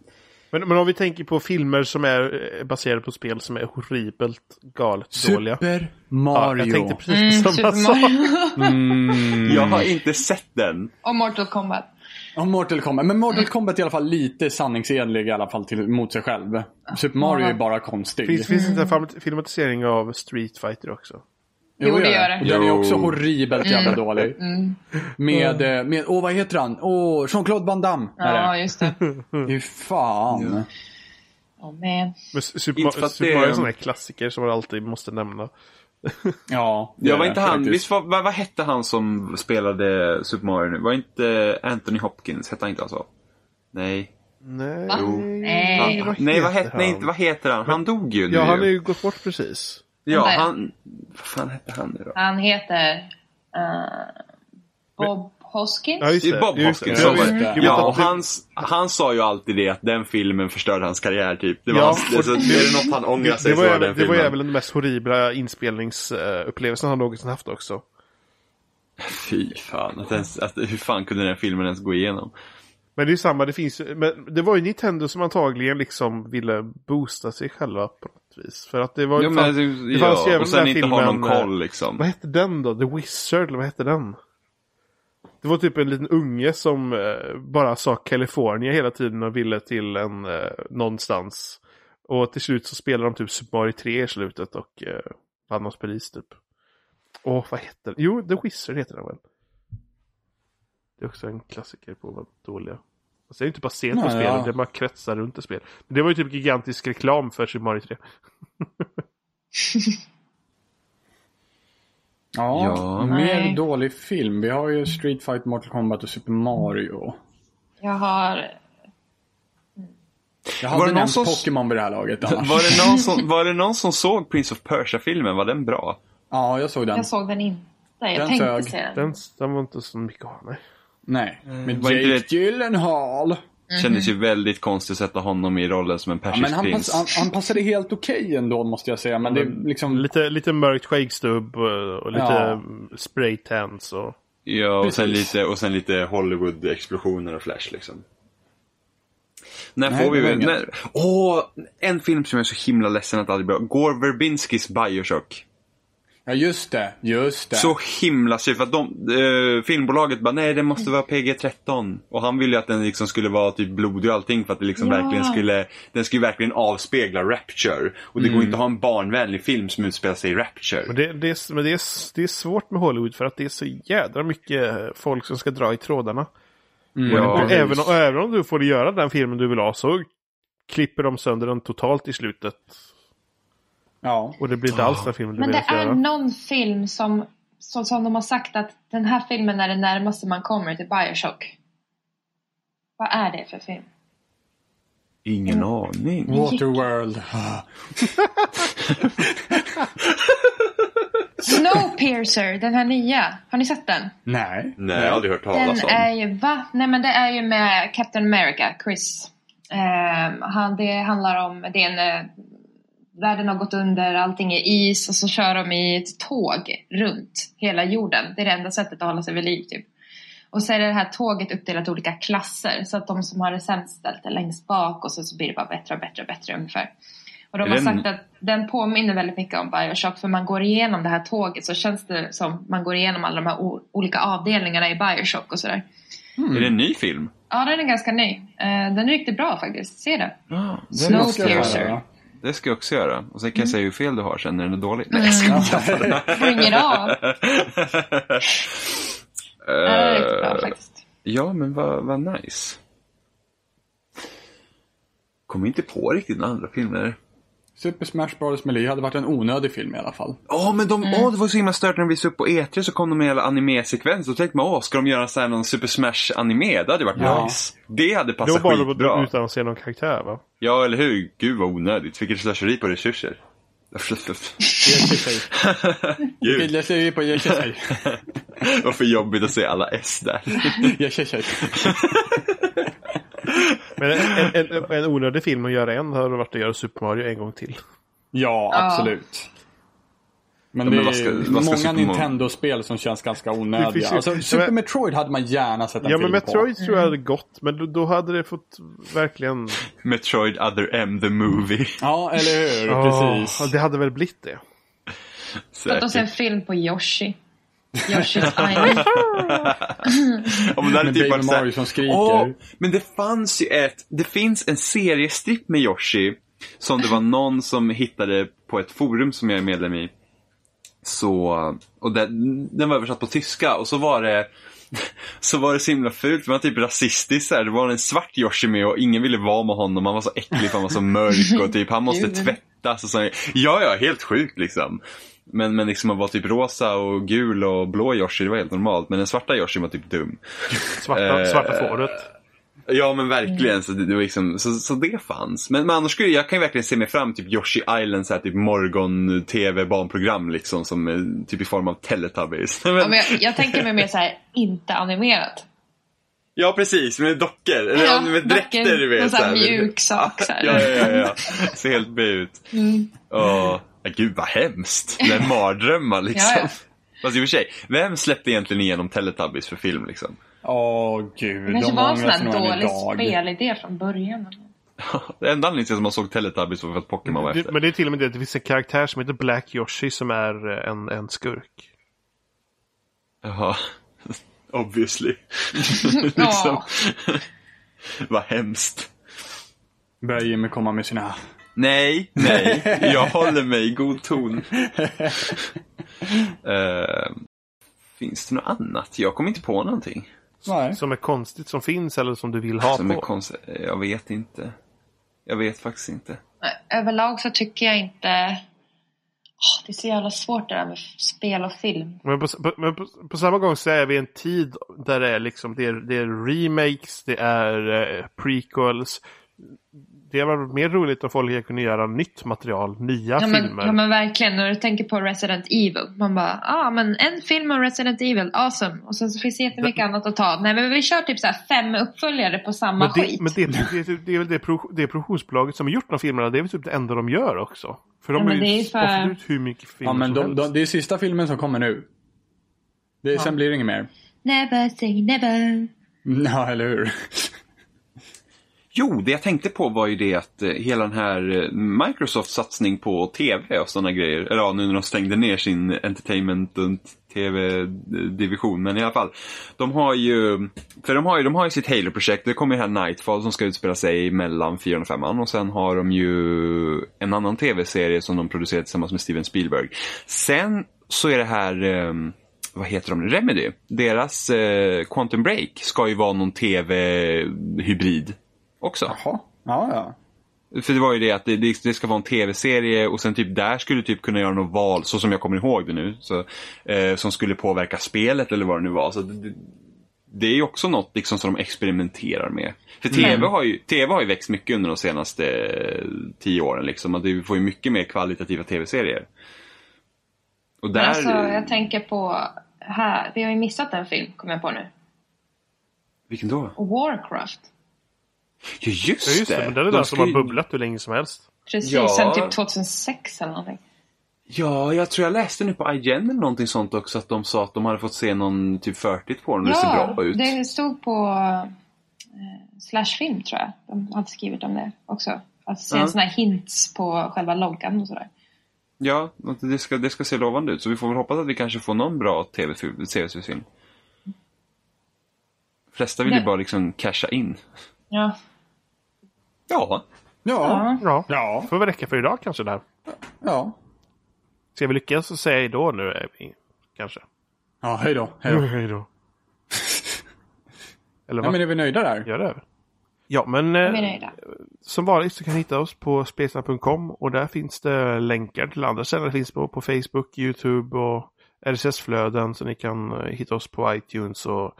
Speaker 1: Men, men om vi tänker på filmer som är eh, baserade på spel som är horribelt galet dåliga.
Speaker 2: Super
Speaker 1: Ja,
Speaker 2: Mario. Mm.
Speaker 1: jag tänkte precis
Speaker 4: Mm,
Speaker 1: på samma
Speaker 4: Super
Speaker 1: sak.
Speaker 4: Mario.
Speaker 3: Jag har inte sett den.
Speaker 4: Och Mortal Kombat.
Speaker 2: Ja, Mortal Kombat. Men Mortal Kombat är i alla fall lite sanningsenlig i alla fall till, mot sig själv. Super Mario är bara konstig.
Speaker 1: Finns, finns inte en fam- filmatisering av Street Fighter också?
Speaker 4: Jo,
Speaker 2: Jo,
Speaker 4: Mm. det gör
Speaker 2: det.
Speaker 4: det.
Speaker 2: Och Den är
Speaker 3: Jo.
Speaker 2: också horribelt jävla dålig. Med, eh, med, åh vad heter han? Åh, Jean-Claude Van Damme. är det.
Speaker 4: Ja, just det.
Speaker 2: Fy fan.
Speaker 4: Oh, man.
Speaker 1: Men S- Super,
Speaker 3: Inte för
Speaker 1: Ma-
Speaker 3: att
Speaker 1: Super
Speaker 3: det-
Speaker 1: Mario är en sån här klassiker som man alltid måste nämna.
Speaker 2: Ja. det
Speaker 3: Jag
Speaker 2: är
Speaker 3: var
Speaker 2: det,
Speaker 3: inte han,
Speaker 2: faktiskt.
Speaker 3: visst var, vad, vad hette han som spelade Super Mario nu? Var inte Anthony Hopkins, hette han inte alltså? Nej.
Speaker 1: Nej.
Speaker 4: Va?
Speaker 3: Jo.
Speaker 4: Nej.
Speaker 1: vad
Speaker 3: nej, vad
Speaker 1: heter
Speaker 3: hette, nej,
Speaker 1: han?
Speaker 3: inte, vad heter han? Han dog ju nu.
Speaker 1: Ja, han har ju gått bort precis.
Speaker 3: Ja,
Speaker 4: Nej.
Speaker 3: han... Vad fan hette han nu då?
Speaker 4: Han heter eh, Bob Hoskins.
Speaker 1: Ja, just
Speaker 3: Det
Speaker 1: det.
Speaker 3: är Bob
Speaker 1: Just det.
Speaker 3: Hoskins
Speaker 1: Jag
Speaker 3: som
Speaker 1: vet-
Speaker 3: var
Speaker 1: jag vet
Speaker 3: Ja, och
Speaker 1: att det-
Speaker 3: han, han sa ju alltid det att den filmen förstörde hans karriär typ. Det var
Speaker 1: Ja,
Speaker 3: hans,
Speaker 1: och-
Speaker 3: alltså, är det något han ångrar sig
Speaker 1: Det
Speaker 3: så
Speaker 1: var,
Speaker 3: var
Speaker 1: även,
Speaker 3: den
Speaker 1: det var
Speaker 3: filmen.
Speaker 1: även den mest horribla inspelningsupplevelsen han någonsin haft också.
Speaker 3: Fy fan, att ens, att, hur fan kunde den filmen ens gå igenom?
Speaker 1: Men det är ju samma, det finns ju- men det var ju Nintendo som antagligen liksom ville boosta sig själva på något vis. För att det var ju
Speaker 3: Ja,
Speaker 1: fan-
Speaker 3: men, alltså,
Speaker 1: det fanns ju
Speaker 3: ja,
Speaker 1: även
Speaker 3: och sen
Speaker 1: den
Speaker 3: inte
Speaker 1: filmen,
Speaker 3: ha någon
Speaker 1: eh,
Speaker 3: koll liksom.
Speaker 1: Vad hette den då? The Wizard, eller vad hette den? Det var typ en liten unge som eh, bara sa California hela tiden och ville till en eh, någonstans. Och till slut så spelade de typ Super Mario 3 i slutet och eh, vann något pris typ. Åh, vad hette den? Jo, The Wizard heter den väl? Det är också en klassiker på vad dåliga. Alltså, det är ju inte baserat på
Speaker 2: Nej,
Speaker 1: spelen,
Speaker 2: ja.
Speaker 1: det är bara kretsar runt ett spel. Men det var ju typ gigantisk reklam för Super Mario 3.
Speaker 2: Ja,
Speaker 3: Ja.
Speaker 2: mer
Speaker 4: Nej.
Speaker 2: dålig film. Vi har ju Street Fight, Mortal Kombat och Super Mario.
Speaker 4: Jag har
Speaker 3: Var
Speaker 2: Jag
Speaker 3: det
Speaker 2: hade
Speaker 3: någon
Speaker 2: nämnt
Speaker 3: som-
Speaker 2: Pokémon vid det här laget annars.
Speaker 3: Var det, någon som, var det någon som såg Prince of Persia-filmen? Var den bra?
Speaker 2: Ja, jag såg den.
Speaker 4: Jag såg den inte. Jag
Speaker 2: Den
Speaker 4: tänkte
Speaker 2: sög.
Speaker 4: se den.
Speaker 1: Den, den var inte så mycket att ha, nej.
Speaker 2: Nej, med
Speaker 3: Mm. var inte
Speaker 2: Jake Gyllenhaal.
Speaker 3: Kändes ju väldigt konstigt att sätta honom i rollen som en
Speaker 2: Ja,
Speaker 3: persisk
Speaker 2: men han,
Speaker 3: prins.
Speaker 2: pass, han, han passade helt okej ändå måste jag säga. Men det är liksom...
Speaker 1: Lite, lite mörkt skäggstubb och och lite
Speaker 2: Ja.
Speaker 1: mm, spraytans och...
Speaker 3: Ja, och sen,
Speaker 2: Precis.
Speaker 3: lite, och sen lite Hollywood-explosioner och flash liksom. När
Speaker 2: Nej,
Speaker 3: får vi...
Speaker 2: det var inget.
Speaker 3: När, åh, en film som jag är så himla ledsen att det aldrig blir av. Gore Verbinskis Bioshock.
Speaker 2: Ja, just det. Just det.
Speaker 3: Så himla synd, för att de, eh, filmbolaget bara nej den måste vara PG-13. Och han ville ju att den liksom skulle vara typ blodig och allting för att det liksom
Speaker 4: Ja.
Speaker 3: verkligen skulle, den skulle verkligen avspegla Rapture. Och
Speaker 2: Mm.
Speaker 3: det går inte att ha en barnvänlig film som utspelar sig i Rapture.
Speaker 1: Men, det, det, är- men det, är, det är svårt med Hollywood för att det är så jädra mycket folk som ska dra i trådarna.
Speaker 3: Ja.
Speaker 1: och, även, och även om du får göra den filmen du vill ha så klipper de sönder den totalt i slutet.
Speaker 2: Ja.
Speaker 1: Och det blir inte alls den filmen du
Speaker 4: Men
Speaker 1: vill
Speaker 4: det är
Speaker 1: göra.
Speaker 4: någon film som, som, som de har sagt att den här filmen är det närmaste man kommer till Bioshock. Vad är det för film?
Speaker 3: Ingen aning.
Speaker 2: Waterworld.
Speaker 4: Snowpiercer, den här nya. Har ni sett den?
Speaker 2: Nej.
Speaker 3: Nej, jag har aldrig hört
Speaker 4: Den
Speaker 3: talas om.
Speaker 4: är ju, va? Nej men det är ju med Captain America, Chris. Ehm, han, det handlar om, det är en, eh, världen har gått under, allting är is och så kör de i ett tåg runt hela jorden. Det är det enda sättet att hålla sig vid liv typ. Och så är det här tåget uppdelat i olika klasser så att de som har det sämst ställt är längst bak och så, så blir det bara bättre och bättre och bättre ungefär. Och de
Speaker 3: Är
Speaker 4: har
Speaker 3: den-
Speaker 4: sagt att den påminner väldigt mycket om Bioshock för man går igenom det här tåget så känns det som man går igenom alla de här o- olika avdelningarna i Bioshock och sådär.
Speaker 3: Är det en ny film?
Speaker 4: Ja, den är ganska ny. Eh, den är riktigt bra faktiskt. Se den.
Speaker 3: Ja, det
Speaker 4: Snow-
Speaker 3: måste jag-
Speaker 4: Snowpiercer.
Speaker 2: Ja.
Speaker 3: Det ska jag också göra. Och sen kan jag säga hur fel du har sen när den är dålig. Nej, jag ska
Speaker 4: Bring it on. Den är riktigt bra
Speaker 3: Eh,
Speaker 4: faktiskt.
Speaker 3: Ja, men vad vad nice. Kommer inte på riktigt några andra filmer.
Speaker 2: Super Smash Bros. Melee hade varit en onödig film i alla fall.
Speaker 3: Ja, men de, åh, det var så himla stört när de visade upp på E3 så kom de med hela animesekvens. Då tänkte man, åh, ska de göra så här någon Super Smash-anime? Det hade varit
Speaker 2: Ja.
Speaker 3: nice. Det hade
Speaker 1: Det var
Speaker 3: passat
Speaker 1: bara
Speaker 3: Alltså, skitbra.
Speaker 1: utan att se någon karaktär va?
Speaker 3: Ja, eller hur? Gud vad onödigt. Vilket slöseri på resurser. Gud,
Speaker 2: Jag säger på jag tjej.
Speaker 3: varför jobbigt att se alla S där.
Speaker 2: Jag tjej tjej.
Speaker 1: Men en, en, en, en onödig film att göra en har varit att göra Super Mario en gång till.
Speaker 2: Ja,
Speaker 4: Ja.
Speaker 2: absolut. Men
Speaker 3: Ja,
Speaker 2: det
Speaker 3: men
Speaker 2: är
Speaker 3: vad ska- vad ska
Speaker 2: många
Speaker 3: Super Mario-
Speaker 2: Nintendo-spel som känns ganska
Speaker 1: Det finns
Speaker 2: onödiga.
Speaker 1: ju-
Speaker 2: Alltså,
Speaker 1: men-
Speaker 2: Super Metroid hade man gärna sett en
Speaker 1: Ja
Speaker 2: film
Speaker 1: men
Speaker 2: på.
Speaker 1: Metroid tror jag hade gått men då, då hade det fått verkligen...
Speaker 3: Metroid Other M, the movie.
Speaker 2: Ja, eller hur?
Speaker 1: Ja,
Speaker 2: Precis.
Speaker 1: det hade väl blivit det.
Speaker 4: Sätt oss en
Speaker 3: Säkert.
Speaker 4: film på Yoshi. Yoshi's Island.
Speaker 3: Ja, men det hade
Speaker 2: Med
Speaker 3: typ
Speaker 2: Baby
Speaker 3: varit så här-
Speaker 2: Mario som skriker.
Speaker 3: Åh, men det fanns ju ett, det finns en seriestripp med Yoshi som det var någon som hittade på ett forum som jag är medlem i. Så, och den, den var översatt på tyska och så var det så var det så himla fult, det var typ rasistiskt så här. Det var en svart Yoshi med och ingen ville vara med honom. Han var så äcklig för han var så mörk och typ han måste
Speaker 4: Gud.
Speaker 3: tvättas och så. Ja, ja, helt sjukt liksom. Men, men liksom att vara typ rosa och gul och blå Yoshi, det var helt normalt. Men den svarta Yoshi var typ dum.
Speaker 1: Svarta,
Speaker 3: Eh,
Speaker 1: svarta fåret.
Speaker 3: Ja men
Speaker 4: Mm.
Speaker 3: verkligen, så, det, det var liksom, så, så det fanns. Men, men annars skulle jag kan ju verkligen se mig fram typ Yoshi Island, så här, typ morgon-tv barnprogram liksom som eh, typ i form av Teletubbies. Nej,
Speaker 4: ja,
Speaker 3: men,
Speaker 4: men jag, jag tänker mig mer så här, inte animerat.
Speaker 3: ja precis, med dockor, eller ja, med dräkter
Speaker 4: dockor,
Speaker 3: du vet.
Speaker 4: Någon sån här
Speaker 3: så här.
Speaker 4: mjuk sak. Så här. Mm.
Speaker 3: Ja, ja, ja, ja. Ser helt B ut. Åh, ja, gud vad hemskt. Det är mardrömmar liksom.
Speaker 4: Ja, ja.
Speaker 3: Fast i och för sig, vem släppte egentligen igenom Teletubbies för film liksom?
Speaker 2: Åh gud,
Speaker 4: Det kanske var en sån
Speaker 2: ångrar sig
Speaker 4: här
Speaker 2: nog än
Speaker 4: dålig
Speaker 2: idag.
Speaker 4: spelidé från början.
Speaker 3: Det enda anledningen till att man såg Teletubbies var för att Pokémon var
Speaker 1: Det,
Speaker 3: efter.
Speaker 1: men det är till och med det att det finns en karaktär som heter Black Yoshi som är eh, en, en skurk.
Speaker 3: Jaha. Obviously. liksom.
Speaker 4: Ja,
Speaker 3: Vad hemskt.
Speaker 2: Börjar Jimmy komma med sina...
Speaker 3: Nej, nej. Jag håller mig i god ton. Eh, finns det något annat? Jag kommer inte på någonting.
Speaker 2: Nej.
Speaker 1: Som är konstigt som finns eller som du vill ha
Speaker 3: Som är
Speaker 1: på.
Speaker 3: konst... Jag vet inte. Jag vet faktiskt inte.
Speaker 4: eh, överlag så tycker jag inte... Åh, det är så jävla svårt det där med spel och film.
Speaker 1: Men, på, på, men på, på samma gång så är vi i en tid där det är liksom det är, det är remakes, det är eh, prequels. det hade varit mer roligt om folk kunde göra nytt material, nya
Speaker 4: Ja men,
Speaker 1: filmer.
Speaker 4: ja men verkligen, när du tänker på Resident Evil. Man bara, ja ah, men en film om Resident Evil, awesome. Och sen så finns det jättemycket annat att ta. Nej men vi kör typ så här fem uppföljare på samma
Speaker 1: Men det,
Speaker 4: skit.
Speaker 1: men det, det, det, det är väl det, pro, det produktionsbolaget som har gjort de filmerna, det är väl typ det enda de gör också. För de
Speaker 4: Ja,
Speaker 1: har
Speaker 4: men det
Speaker 1: ju
Speaker 4: är för-
Speaker 1: spottat ut hur mycket filmer
Speaker 2: Ja, men
Speaker 1: som
Speaker 2: de,
Speaker 1: helst.
Speaker 2: de, det är sista filmen som kommer nu. Det, Sen blir det inget mer.
Speaker 4: Never say never.
Speaker 2: Ja, eller hur?
Speaker 3: Jo, det jag tänkte på var ju det att eh, hela den här eh, Microsofts satsning på TV och sådana grejer, eller ja, nu när de stängde ner sin entertainment och TV-division, men i alla fall. De har ju, för de har ju, de har ju sitt Halo-projekt, det kommer ju här Nightfall som ska utspela sig mellan 4 och 5 och sen har de ju en annan TV-serie som de producerar tillsammans med Steven Spielberg. Sen så är det här ehm, vad heter de, Remedy. Deras eh, Quantum Break ska ju vara någon tv-hybrid också.
Speaker 2: Jaha. Ja, ja.
Speaker 3: För det var ju det att det, det det ska vara en tv-serie och sen typ där skulle du typ kunna göra något val, så som jag kommer ihåg det nu, så, eh, som skulle påverka spelet eller vad det nu var. Så det, det, det är ju också något liksom som de experimenterar med. För
Speaker 4: Mm.
Speaker 3: tv, har ju, TV har ju växt mycket under de senaste eh, tio åren. Liksom. Att vi får ju mycket mer kvalitativa tv-serier. Och där...
Speaker 4: Men alltså jag tänker på, här, vi har ju missat en film, kommer jag på nu.
Speaker 3: Vilken då?
Speaker 4: Warcraft.
Speaker 3: Ja just,
Speaker 1: Ja, just det, men den är
Speaker 3: De
Speaker 1: den
Speaker 3: ska
Speaker 1: som har
Speaker 3: ju-
Speaker 1: bubblat hur länge som helst.
Speaker 4: Precis,
Speaker 3: Ja.
Speaker 4: sen typ 2006 eller någonting.
Speaker 3: Ja, jag tror jag läste nu på IGN eller någonting sånt också att de sa att de hade fått se någon typ 40 på den och det ser bra ut.
Speaker 4: det stod på eh, Slash Film tror jag. De hade skrivit om det också. Att se
Speaker 3: Ja.
Speaker 4: sådana här hints på själva loggan och sådär.
Speaker 3: Ja, att det ska, det ska se lovande ut. Så vi får väl hoppas att vi kanske får någon bra tv-film. De flesta vill ju
Speaker 4: Nej.
Speaker 3: bara liksom casha in.
Speaker 4: Ja.
Speaker 3: Ja.
Speaker 2: Ja.
Speaker 1: Ja,
Speaker 2: Ja.
Speaker 1: får väl räcka för idag kanske där.
Speaker 2: Ja.
Speaker 1: Ska vi lyckas så säga hejdå nu? eh, i- Kanske.
Speaker 2: Ja, hej då. Hej då.
Speaker 1: Hejdå. Eller
Speaker 2: Mm. Ja,
Speaker 1: vad?
Speaker 2: men är vi nöjda där?
Speaker 1: Gör det. väl? Ja, men
Speaker 4: De är
Speaker 1: eh,
Speaker 4: nöjda.
Speaker 1: som vanligt så kan ni hitta oss på spelsnack.com och där finns det länkar till andra sändare. Det finns på, på Facebook, YouTube och RSS-flöden så ni kan eh, hitta oss på iTunes och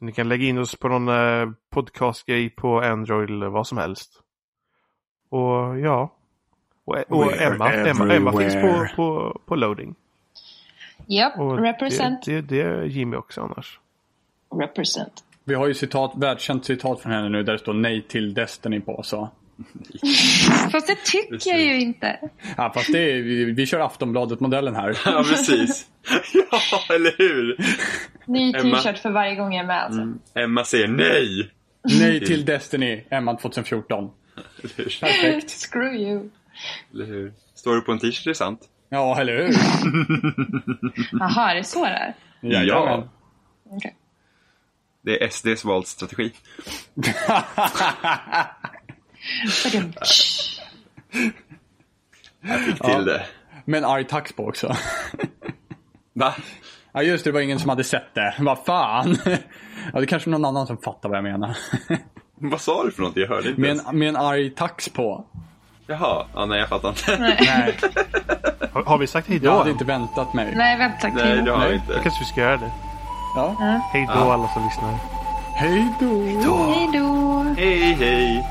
Speaker 1: ni kan lägga in oss på någon eh, podcastgrej på Android eller vad som helst. Och ja, och, eh, och
Speaker 2: We're
Speaker 1: Emma, Emma, Emma finns på,
Speaker 2: everywhere.
Speaker 1: på, på loading.
Speaker 4: Japp,
Speaker 1: Och
Speaker 4: represent.
Speaker 1: Det, det, det är Jimmy också annars.
Speaker 4: Represent.
Speaker 2: Vi har ju citat, världskänt citat från henne nu där det står nej till Destiny på så.
Speaker 4: Fast det tycker jag ju inte.
Speaker 2: Ja, fast det är, vi, vi kör Aftonbladet-modellen här.
Speaker 3: Ja, precis. ja, eller hur?
Speaker 4: Ny
Speaker 3: Emma. Mm,
Speaker 4: t-shirt för varje gång jag är med alltså.
Speaker 3: Emma säger nej.
Speaker 2: Nej till Destiny, Emma 2014.
Speaker 3: Eller hur?
Speaker 4: Screw you.
Speaker 3: Eller hur? Står du på en t-shirt, det är sant.
Speaker 2: Ja, eller hur?
Speaker 4: Jaha, är det så det är?
Speaker 2: Jajamän.
Speaker 4: Okej.
Speaker 3: Det är SDs valstrategi.
Speaker 4: Badum.
Speaker 3: Fick till
Speaker 2: Ja.
Speaker 3: det.
Speaker 2: Men arg tax på också.
Speaker 3: Va?
Speaker 2: Ja just det, det var ingen som hade sett det. Vad fan. Ja, det är kanske någon annan som fattar vad jag menar.
Speaker 3: Vad sa du för någonting? Jag hörde inte
Speaker 2: Med
Speaker 3: ens.
Speaker 2: en, med en arg tax på.
Speaker 3: Jaha, ja, nej jag fattar inte.
Speaker 2: Nej,
Speaker 1: Har, har vi sagt hejdå?
Speaker 2: jag hade
Speaker 1: än?
Speaker 2: inte väntat mig.
Speaker 4: Nej, vänta.
Speaker 3: Nej,
Speaker 4: Kim.
Speaker 3: det har
Speaker 2: Nej.
Speaker 3: vi inte.
Speaker 1: Då kanske vi ska göra det.
Speaker 2: Ja.
Speaker 1: Hejdå alla som lyssnar.
Speaker 2: Hej då.
Speaker 4: Hej då.
Speaker 3: Hej, hej!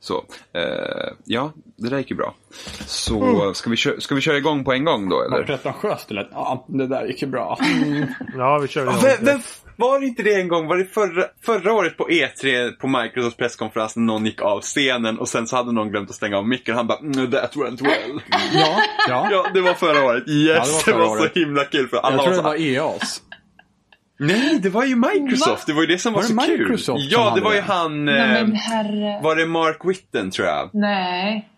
Speaker 3: Så, eh, ja, det där gick ju bra. Så ska, vi kö- ska vi köra igång på en gång då
Speaker 2: Vad
Speaker 3: eller?
Speaker 2: pretentiöst det lät. Ja, det där gick ju bra.
Speaker 1: Ja, vi kör igång.
Speaker 3: Vem, vem, var inte det en gång, var det förra, förra året på E3 på Microsofts presskonferens när någon gick av scenen och sen så hade någon glömt att stänga av micken och han bara mm, that went well.
Speaker 2: Ja, ja.
Speaker 3: Ja, det var förra året. Yes,
Speaker 2: Ja, det var
Speaker 3: det var,
Speaker 2: förra året.
Speaker 3: så himla kul för alla
Speaker 2: Jag
Speaker 3: var
Speaker 2: tror det
Speaker 3: så
Speaker 2: var E EAS.
Speaker 3: Nej, det var ju Microsoft.
Speaker 4: Va?
Speaker 3: Det var ju det som var,
Speaker 2: Var det
Speaker 3: så kul.
Speaker 2: Microsoft som
Speaker 3: ja,
Speaker 2: hade
Speaker 3: det var ju
Speaker 2: det?
Speaker 3: han...
Speaker 4: Nej,
Speaker 3: Eh,
Speaker 4: men herre.
Speaker 3: var det Mark Whitten, tror jag?
Speaker 4: Nej.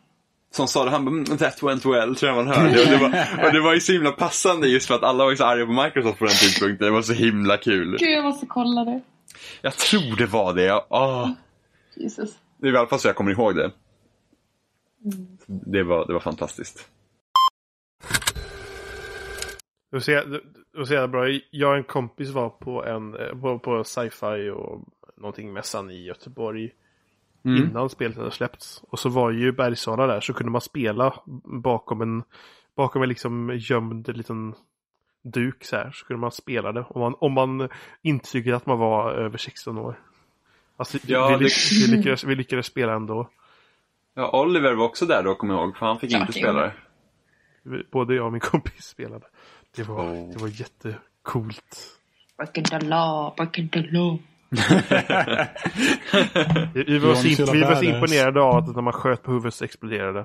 Speaker 3: Som sa det. Han bara, "Mm, that went well, tror jag man hörde. Och det, var, och det var ju så himla passande just för att alla var ju så arga på Microsoft på den tidpunkten. Det var så himla kul.
Speaker 4: Gud, jag måste kolla det.
Speaker 3: Jag tror det var det. Ja, ah.
Speaker 4: Jesus.
Speaker 3: Det är i alla fall så jag kommer ihåg det. Det var, det var fantastiskt.
Speaker 1: Det var så jä- det var så jävla bra. Jag och en kompis var på en eh, på, på sci-fi och någonting mässan i Göteborg. Innan spelet hade släppts. Och så var ju Bergsala där så kunde man spela bakom en, bakom en liksom gömd liten duk så här. Så kunde man spela det. Om man, om man inte tyckte att man var över 16 år. Alltså,
Speaker 3: Ja,
Speaker 1: vi,
Speaker 3: det-
Speaker 1: lyck- vi, lyckades, vi lyckades spela ändå.
Speaker 3: Ja, Oliver var också där då, kommer jag ihåg. För han fick
Speaker 4: Klart
Speaker 3: inte
Speaker 4: det
Speaker 3: spela
Speaker 4: gjorde.
Speaker 3: det.
Speaker 1: Vi- Både jag och min kompis spelade. Det var,
Speaker 3: Oh.
Speaker 1: det var jättecoolt.
Speaker 4: Bakadala, bakadala.
Speaker 1: Vi- Vi var, så,
Speaker 6: Johnny
Speaker 1: imp- vi var så
Speaker 6: Silverberg.
Speaker 1: imponerade av att när man sköt på huvudet så exploderade.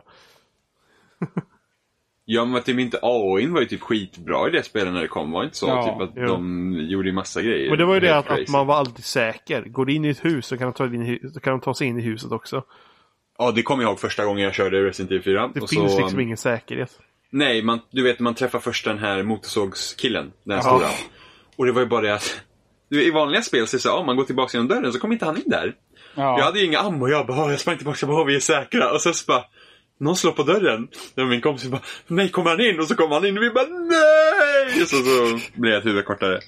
Speaker 3: Ja, men typ inte AOIn var ju typ skitbra i det spelet när det kom. Var det inte så?
Speaker 2: Ja,
Speaker 3: typ att
Speaker 1: jo.
Speaker 3: de gjorde ju massa grejer.
Speaker 1: Men det var ju det
Speaker 3: Helt
Speaker 1: att, att
Speaker 3: crazy.
Speaker 1: man var alltid säker. Går du in i ett hus så kan de ta, in, i hu- så kan de ta sig in i huset också.
Speaker 3: Ja, det kommer jag ihåg första gången jag körde Resident Evil 4.
Speaker 1: Det
Speaker 3: Och
Speaker 1: finns
Speaker 3: så, um,
Speaker 1: liksom ingen säkerhet.
Speaker 3: Nej, man, du vet man träffar först den här motorsågskillen. Den här
Speaker 1: Ja.
Speaker 3: stora. Och det var ju bara det att du vet, i vanliga spel så är det så här, om man går tillbaka genom dörren så kommer inte han in där.
Speaker 2: Ja.
Speaker 3: Jag hade ju inga ammo, jag bara, "Åh, jag sprang tillbaka, jag bara, "Åh, vi är säkra. Och sen så bara, någon slår på dörren. Det var min kompis bara, nej kommer han in? Och så kommer han in och vi bara, nej! Och så, så blev jag ett huvud kortare.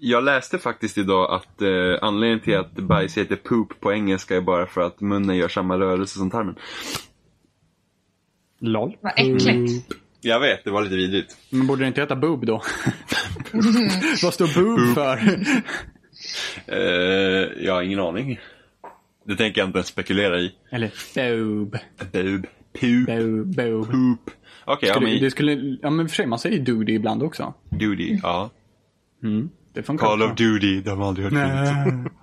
Speaker 3: Jag läste faktiskt idag att eh, anledningen till att bajs heter poop på engelska är bara för att munnen gör samma rörelse som tarmen.
Speaker 2: LOL.
Speaker 4: Vad äckligt.
Speaker 3: Jag vet, det var lite vidrigt.
Speaker 2: Men borde det inte heta boob då? Vad står boob för?
Speaker 3: Eh, jag har ingen aning. Det tänker jag inte ens spekulera i.
Speaker 2: Eller boob.
Speaker 3: Bub. Poop.
Speaker 2: Boob. Boob.
Speaker 3: Poop. Okej, ja
Speaker 2: Det,
Speaker 3: men
Speaker 2: det skulle, ja men för sig, man säger duty ibland också.
Speaker 3: duty. Ja.
Speaker 2: Det funkar
Speaker 3: Call
Speaker 2: också.
Speaker 3: of Duty, de har aldrig hört förut.